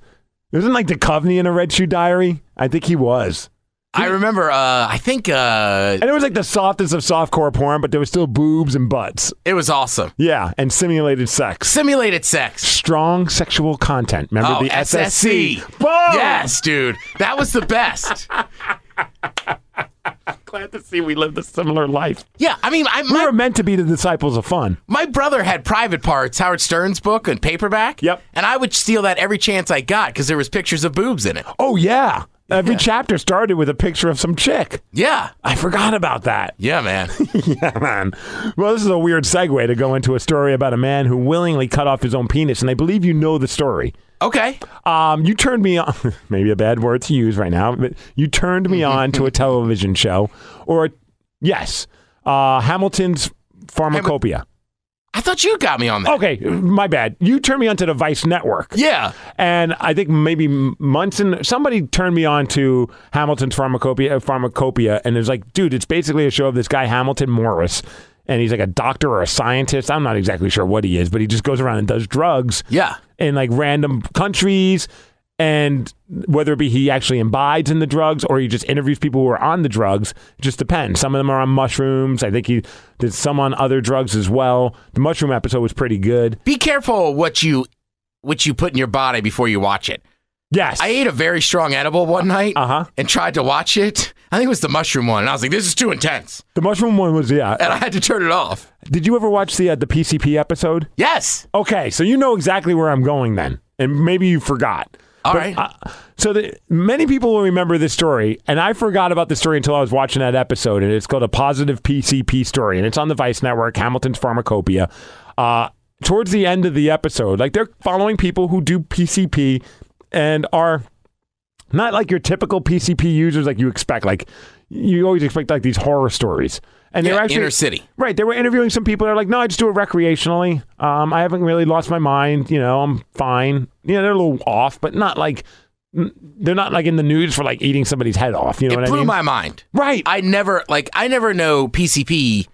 Speaker 2: Isn't like Duchovny in a Red Shoe Diary? I think he was.
Speaker 3: I remember. Uh, I think uh,
Speaker 2: And it was like the softest of softcore porn, but there was still boobs and butts.
Speaker 3: it was awesome.
Speaker 2: Yeah, and simulated sex.
Speaker 3: Simulated sex.
Speaker 2: Strong sexual content. Remember
Speaker 3: oh,
Speaker 2: the
Speaker 3: SSC.
Speaker 2: SSC? Boom!
Speaker 3: Yes, dude. That was the best.
Speaker 2: Glad to see we lived a similar life.
Speaker 3: Yeah, I mean, I,
Speaker 2: We
Speaker 3: my,
Speaker 2: were meant to be the disciples of fun.
Speaker 3: my brother had private parts, Howard Stern's book and paperback. Yep. And I would steal that every chance I got because there was pictures of boobs in it.
Speaker 2: Oh, yeah. Every chapter started with a picture of some chick.
Speaker 3: Yeah.
Speaker 2: I forgot about that.
Speaker 3: Yeah, man.
Speaker 2: yeah, man. Well, this is a weird segue to go into a story about a man who willingly cut off his own penis, and I believe you know the story.
Speaker 3: Okay.
Speaker 2: Um, you turned me on. Maybe a bad word to use right now, but you turned me on to a television show, or a, yes, uh, Hamilton's Pharmacopoeia.
Speaker 3: I thought you got me on that.
Speaker 2: Okay, my bad. You turned me on to the Vice Network.
Speaker 3: Yeah.
Speaker 2: And I think maybe Munson, somebody turned me on to Hamilton's Pharmacopoeia, pharmacopoeia and it's like, dude, it's basically a show of this guy, Hamilton Morris. And he's like a doctor or a scientist. I'm not exactly sure what he is, but he just goes around and does drugs.
Speaker 3: Yeah.
Speaker 2: In like random countries. And whether it be he actually imbibes in the drugs or he just interviews people who are on the drugs, it just depends. Some of them are on mushrooms. I think he did some on other drugs as well. The mushroom episode was pretty good.
Speaker 3: Be careful what you what you put in your body before you watch it.
Speaker 2: Yes.
Speaker 3: I ate a very strong edible one night
Speaker 2: uh-huh.
Speaker 3: and tried to watch it. I think it was the mushroom one. And I was like, this is too intense.
Speaker 2: The mushroom one was yeah.
Speaker 3: And I had to turn it off.
Speaker 2: Did you ever watch the uh, the PCP episode?
Speaker 3: Yes.
Speaker 2: Okay, so you know exactly where I'm going then, and maybe you forgot.
Speaker 3: All
Speaker 2: All
Speaker 3: right.
Speaker 2: right. so the, many people will remember this story, and I forgot about the story until I was watching that episode. And it's called a positive PCP story, and it's on the Vice Network, Hamilton's Pharmacopoeia. Uh, towards the end of the episode, like they're following people who do PCP and are not like your typical PCP users like you expect. Like you always expect like these horror stories. And
Speaker 3: Yeah,
Speaker 2: they're actually
Speaker 3: inner city.
Speaker 2: Right. They were interviewing some people. They're like, no, I just do it recreationally. Um, I haven't really lost my mind. You know, I'm fine. You know, they're a little off, but not like n- they're not like in the news for like eating somebody's head off. You know
Speaker 3: it
Speaker 2: what
Speaker 3: blew
Speaker 2: I mean?
Speaker 3: my mind.
Speaker 2: Right.
Speaker 3: I never like I never know PCP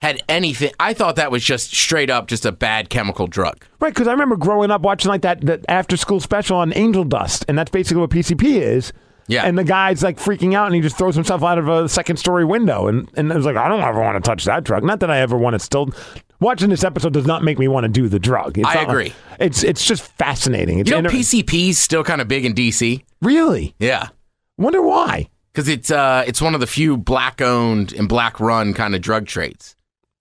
Speaker 3: had anything. I thought that was just straight up just a bad chemical drug.
Speaker 2: Right, because I remember growing up watching like that that after school special on Angel Dust, and that's basically what PCP is.
Speaker 3: Yeah.
Speaker 2: And the guy's like freaking out, and he just throws himself out of a second story window, and and it was like, I don't ever want to touch that drug. Not that I ever want to. Still, watching this episode does not make me want to do the drug. It's
Speaker 3: I
Speaker 2: not like-
Speaker 3: agree.
Speaker 2: it's it's just fascinating. It's
Speaker 3: You
Speaker 2: inter-
Speaker 3: know, PCP's still kind of big in DC.
Speaker 2: really
Speaker 3: Yeah,
Speaker 2: wonder why.
Speaker 3: because it's uh, it's one of the few black-owned and black-run kind of drug trades.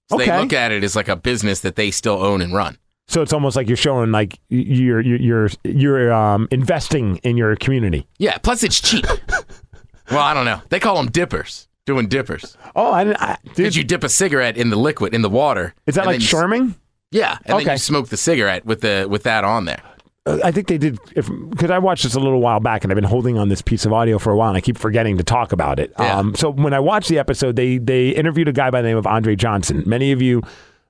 Speaker 3: So They
Speaker 2: Okay.
Speaker 3: look at it as like a business that they still own and run.
Speaker 2: So it's almost like you're showing like y- you're you're you're, you're um, investing in your community.
Speaker 3: Yeah. Plus, it's cheap. well, I don't know. They call them dippers. Doing dippers.
Speaker 2: Oh, I, didn't- I dude,
Speaker 3: Did you dip a cigarette in the liquid in the water?
Speaker 2: is that
Speaker 3: and
Speaker 2: like
Speaker 3: then you-
Speaker 2: charming?
Speaker 3: Yeah, and then
Speaker 2: Okay.
Speaker 3: you smoke the cigarette with the with that on there.
Speaker 2: Uh, I think they did if because I watched this a little while back and I've been holding on this piece of audio for a while and I keep forgetting to talk about it.
Speaker 3: Yeah.
Speaker 2: Um, so when I watched the episode, they they interviewed a guy by the name of Andre Johnson. Many of you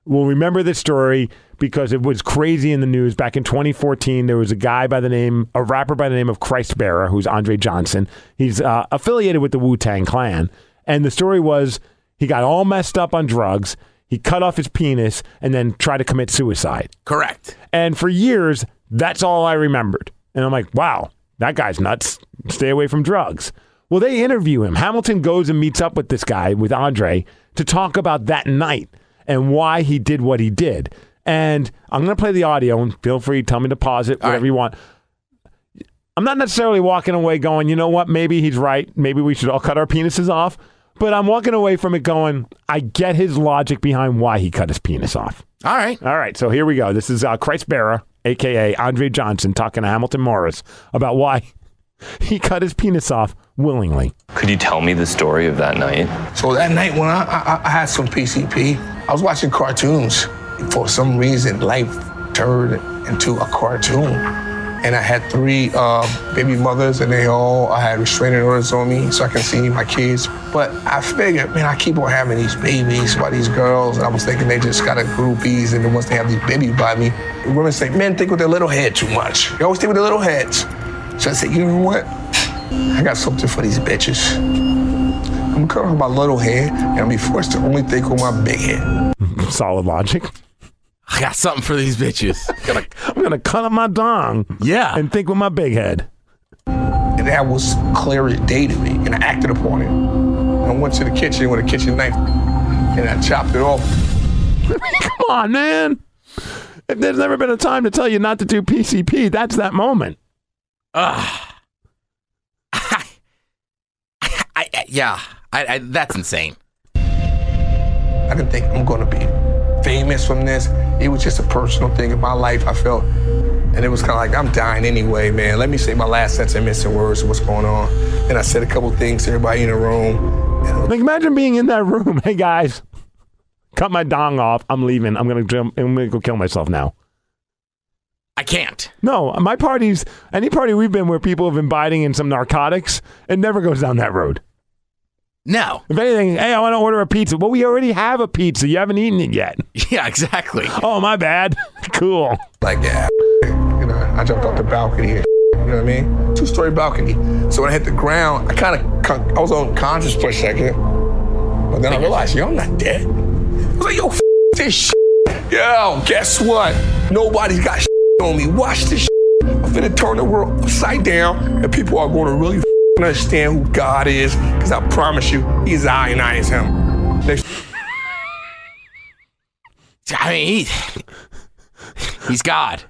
Speaker 2: will remember this story because it was crazy in the news back in 2014. There was a guy by the name, a rapper by the name of Christbearer, who's Andre Johnson. He's uh, affiliated with the Wu Tang Clan, and the story was he got all messed up on drugs. He cut off his penis and then tried to commit suicide.
Speaker 3: Correct.
Speaker 2: And for years, that's all I remembered. And I'm like, wow, that guy's nuts. Stay away from drugs. Well, they interview him. Hamilton goes and meets up with this guy, with Andre, to talk about that night and why he did what he did. And I'm going to play the audio and feel free, tell me to pause it, whatever you want. I'm not necessarily walking away going, you know what, maybe he's right. Maybe we should all cut our penises off. But I'm walking away from it going, I get his logic behind why he cut his penis off.
Speaker 3: All right.
Speaker 2: All right, so here we go. This is uh, Christ Bearer, aka Andre Johnson, talking to Hamilton Morris about why he cut his penis off willingly.
Speaker 15: Could you tell me the story of that night?
Speaker 16: So that night when I, I, I had some PCP, I was watching cartoons. For some reason, life turned into a cartoon. And I had three uh, baby mothers, and they all I had restraining orders on me so I can see my kids. But I figured, man, I keep on having these babies by these girls, and I was thinking they just got a groupies, and then once they have these babies by me, the women say, men think with their little head too much. They always think with their little heads. So I said, you know what? I got something for these bitches. I'm gonna cut off my little head and I'll be forced to only think with my big head.
Speaker 2: Solid logic.
Speaker 3: I got something for these bitches. Gotta-
Speaker 2: I'm gonna cut up my dong.
Speaker 3: Yeah.
Speaker 2: And think with my big head.
Speaker 16: And that was clear as day to me, and I acted upon it. And I went to the kitchen with a kitchen knife and I chopped it off.
Speaker 2: Come on, man. If there's never been a time to tell you not to do PCP, that's that moment.
Speaker 3: Ugh. I, I, yeah, I, I, that's insane.
Speaker 16: I didn't think I'm gonna be famous from this. It was just a personal thing in my life, I felt. And it was kind of like, I'm dying anyway, man. Let me say my last sentiments and words of what's going on. And I said a couple things to everybody in the room.
Speaker 2: Like imagine being in that room. Hey guys, cut my dong off. I'm leaving. I'm gonna jump. I'm gonna go kill myself now.
Speaker 3: I can't.
Speaker 2: No, my parties, any party we've been where people have been biting in some narcotics, it never goes down that road.
Speaker 3: No.
Speaker 2: If anything, hey, I want to order a pizza. Well, we already have a pizza. You haven't eaten it yet.
Speaker 3: Yeah, exactly.
Speaker 2: Oh, my bad. cool.
Speaker 16: Like, yeah, you know, I jumped off the balcony here. You know what I mean? Two story balcony. So when I hit the ground, I kind of, con- I was unconscious for a second. But then I realized, yo, I'm not dead. I was like, yo, f- this shit. Yo, guess what? Nobody's got shit on me. Watch this shit. I'm finna turn the world upside down, and people are gonna really f- understand who God is, because I promise you, He's I and I is Him. They
Speaker 3: I mean, he, he's God.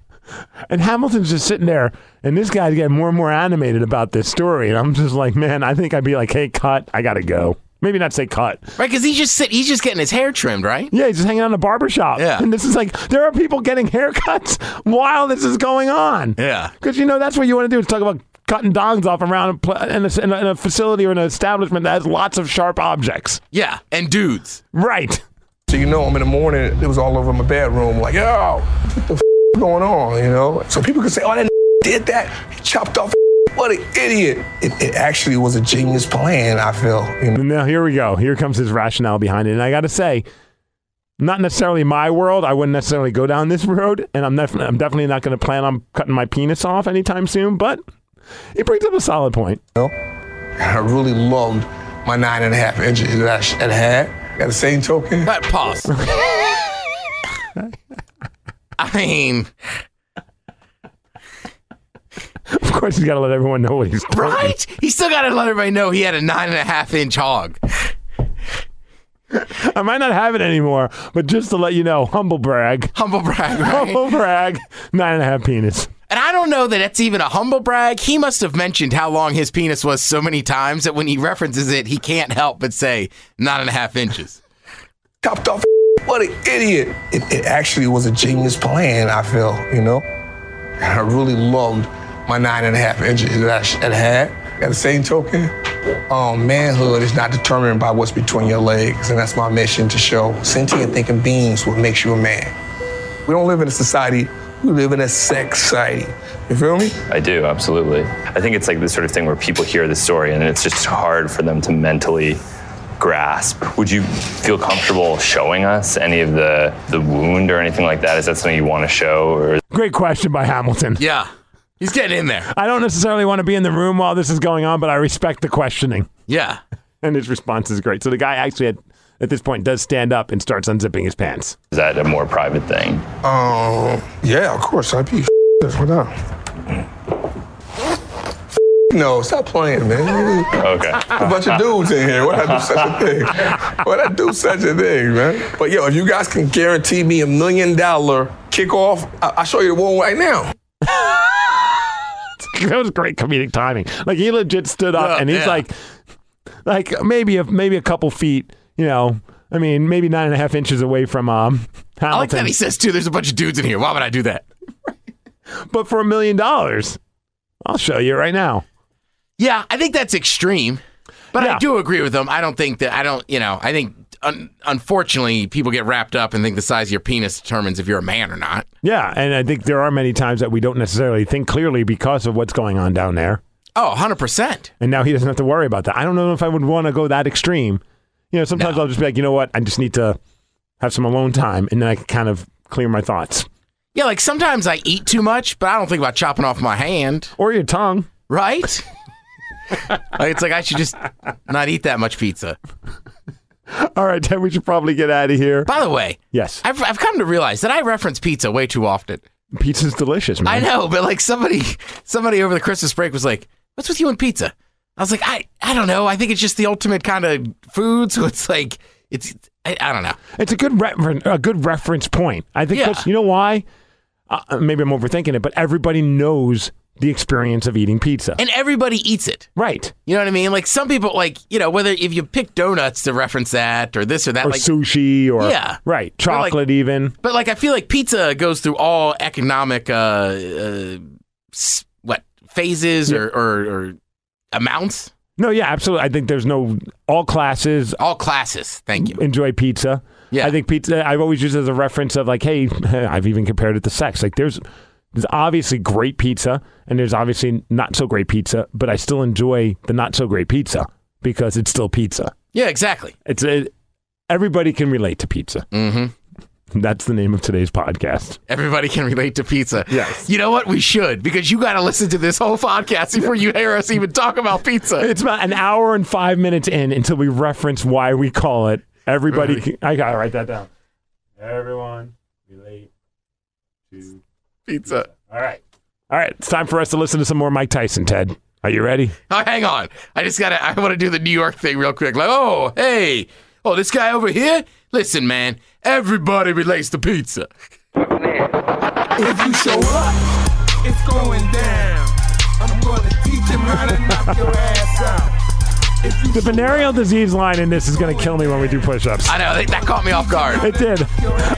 Speaker 2: And Hamilton's just sitting there, and this guy's getting more and more animated about this story. And I'm just like, man, I think I'd be like, hey, cut. I got to go. Maybe not say cut.
Speaker 3: Right, because he's just sit, he's just getting his hair trimmed, right?
Speaker 2: Yeah, he's just hanging out in a barber shop.
Speaker 3: Yeah.
Speaker 2: And this is like, there are people getting haircuts while this is going on.
Speaker 3: Yeah.
Speaker 2: Because, you know, that's what you want to do is talk about cutting dogs off around a pla- in a, in a, in a facility or an establishment that has lots of sharp objects.
Speaker 3: Yeah, and dudes.
Speaker 2: Right.
Speaker 16: So you know, I'm in the morning. It was all over my bedroom. Like, yo, what the f- going on? You know. So people could say, oh, that did that. He chopped off. What an idiot! It, it actually was a genius plan. I feel. You know.
Speaker 2: Now, here we go. Here comes his rationale behind it. And I got to say, not necessarily my world. I wouldn't necessarily go down this road. And I'm, def- I'm definitely not going to plan on cutting my penis off anytime soon. But it brings up a solid point.
Speaker 16: I really loved my nine and a half inches that I sh- that I had. At the same token,
Speaker 3: but pause. I mean,
Speaker 2: Of course, he's got to let everyone know what he's doing.
Speaker 3: right? He still got to let everybody know he had a nine and a half inch hog.
Speaker 2: I might not have it anymore, but just to let you know, humble brag.
Speaker 3: Humble brag, right?
Speaker 2: Humble brag, nine and a half penis.
Speaker 3: And I don't know that that's even a humble brag. He must have mentioned how long his penis was so many times that when he references it, he can't help but say nine and a half inches.
Speaker 16: chopped off. What an idiot! It, it actually was a genius plan. I feel. You know. I really loved my nine and a half inches that I sh- that I had. At the same token, um, manhood is not determined by what's between your legs, and that's my mission to show sentient thinking beings what makes you a man. We don't live in a society, we live in a sex society. You feel me?
Speaker 15: I do, absolutely. I think it's like the sort of thing where people hear the story and it's just hard for them to mentally grasp. Would you feel comfortable showing us any of the the wound or anything like that? Is that something you want to show or
Speaker 2: Great question by Hamilton.
Speaker 3: Yeah. He's getting in there.
Speaker 2: I don't necessarily want to be in the room while this is going on, but I respect the questioning.
Speaker 3: Yeah.
Speaker 2: And his response is great. So the guy actually, at, at this point, does stand up and starts unzipping his pants.
Speaker 15: is that a more private thing?
Speaker 16: Um, yeah, of course, I'd be this. What up?
Speaker 15: Mm.
Speaker 16: No, stop playing, man.
Speaker 15: Okay.
Speaker 16: A bunch of dudes in here. What I do such a thing? What I do such a thing, man? But yo, if you guys can guarantee me a million dollar kickoff, I- I'll show you the one right now.
Speaker 2: that was great comedic timing. Like he legit stood up
Speaker 3: Yeah,
Speaker 2: and he's
Speaker 3: yeah.
Speaker 2: like, like maybe a maybe a couple feet. You know, I mean, maybe nine and a half inches away from um Hamilton.
Speaker 3: I like that he says, too, there's a bunch of dudes in here. Why would I do that?
Speaker 2: but for a million dollars, I'll show you right now.
Speaker 3: Yeah, I think that's extreme, but
Speaker 2: Yeah.
Speaker 3: I do agree with him. I don't think that I don't, you know, I think un- unfortunately people get wrapped up and think the size of your penis determines if you're a man or not.
Speaker 2: Yeah, and I think there are many times that we don't necessarily think clearly because of what's going on down there.
Speaker 3: Oh, 100%.
Speaker 2: And now he doesn't have to worry about that. I don't know if I would want to go that extreme. You know, sometimes I'll just be like, you know what, I just need to have some alone time, and then I can kind of clear my thoughts
Speaker 3: Yeah, like sometimes I eat too much, but I don't think about chopping off my hand,
Speaker 2: or your tongue.
Speaker 3: right? like it's like I should just not eat that much pizza.
Speaker 2: All right, then we should probably get out of here.
Speaker 3: By the way,
Speaker 2: Yes.
Speaker 3: I've, I've come to realize that I reference pizza way too often.
Speaker 2: Pizza's delicious, man.
Speaker 3: I know, but like somebody somebody over the Christmas break was like, "What's with you and pizza?" I was like, "I I don't know. I think it's just the ultimate kind of food, so it's like it's I, I don't know."
Speaker 2: It's a good refer- a good reference point. I think
Speaker 3: Yeah.
Speaker 2: that's, you know why? Uh, maybe I'm overthinking it, but everybody knows the experience of eating pizza.
Speaker 3: And everybody eats it.
Speaker 2: right.
Speaker 3: You know what I mean? Like some people like, you know, whether if you pick donuts to reference that or this or that
Speaker 2: Or
Speaker 3: like
Speaker 2: sushi or
Speaker 3: Yeah.
Speaker 2: right,
Speaker 3: Or like-
Speaker 2: chocolate even.
Speaker 3: But like I feel like pizza goes through all economic uh, uh s- what phases or, or or amounts,
Speaker 2: No, yeah, absolutely. I think there's no all classes
Speaker 3: all classes. Thank you.
Speaker 2: enjoy pizza.
Speaker 3: Yeah.
Speaker 2: I think pizza. I've always used it as a reference of like, hey, I've even compared it to sex. Like, there's There's obviously great pizza, and there's obviously not so great pizza, but I still enjoy the not so great pizza because it's still pizza.
Speaker 3: Yeah, exactly.
Speaker 2: It's it, everybody can relate to pizza. Mm-hmm. That's the name of today's podcast.
Speaker 3: Everybody can relate to pizza. Yes. You know what? We should because you got to listen to this whole podcast before you hear us even talk about pizza.
Speaker 2: It's about an hour and five minutes in until we reference why we call it. Everybody,
Speaker 3: Right.
Speaker 2: can, I gotta write that down.
Speaker 17: Everyone relate to
Speaker 3: pizza.
Speaker 17: All right.
Speaker 2: All right, it's time for us to listen to some more Mike Tyson. Ted, are you ready?
Speaker 3: Oh, hang on. I just gotta. I want to do the New York thing real quick. Like, oh, hey, oh, this guy over here. Listen, man. Everybody relates to pizza.
Speaker 4: If you show up, it's going down. I'm gonna teach him how to knock your ass out.
Speaker 2: The venereal disease line in this is going to kill me when we do push-ups.
Speaker 3: I know that, that caught me off guard.
Speaker 2: It did.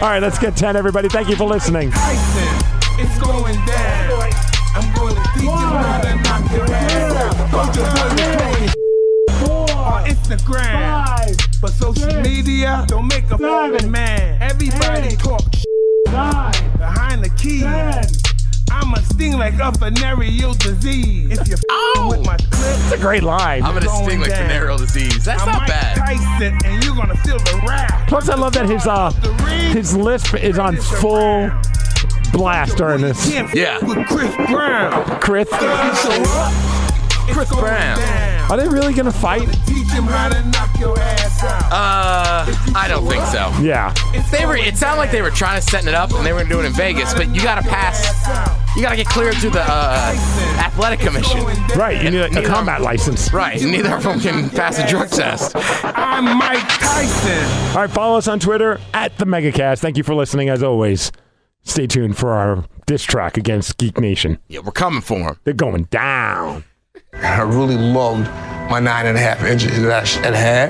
Speaker 2: All right, let's get 10, everybody. Thank you for listening.
Speaker 4: It's going down. I'm gonna teach him how to knock your ass out. Don't you worry, it's on Instagram, but social media don't make a fucking man. Everybody talk nine, behind the keys. I'm a sting like a venereal disease. If you're oh, with my clip, it's
Speaker 2: a great line.
Speaker 3: I'm gonna sting like venereal disease. That's
Speaker 4: I'm
Speaker 3: not
Speaker 4: Mike
Speaker 3: bad.
Speaker 4: Tyson, and you're gonna feel the wrath.
Speaker 2: Plus, I love that his uh his lisp is on full blast during this.
Speaker 3: Yeah.
Speaker 4: With Chris Brown.
Speaker 2: Chris.
Speaker 4: Chris Brown.
Speaker 2: Are they really gonna fight?
Speaker 4: Teach him how to knock your ass out.
Speaker 3: Uh, I don't think so.
Speaker 2: Yeah.
Speaker 3: They were. It sounded like they were trying to set it up, and they were gonna do it in Vegas. But you gotta pass. You gotta get cleared through the uh, athletic commission.
Speaker 2: Right. You need a, a combat license.
Speaker 3: Right. Neither of them can pass a drug test.
Speaker 4: I'm Mike Tyson.
Speaker 2: All right, follow us on Twitter at the Megacast. Thank you for listening, as always. Stay tuned for our diss track against Geek Nation.
Speaker 3: Yeah, we're coming for them.
Speaker 2: They're going down.
Speaker 16: I really loved my nine and a half inches that I sh- that I had.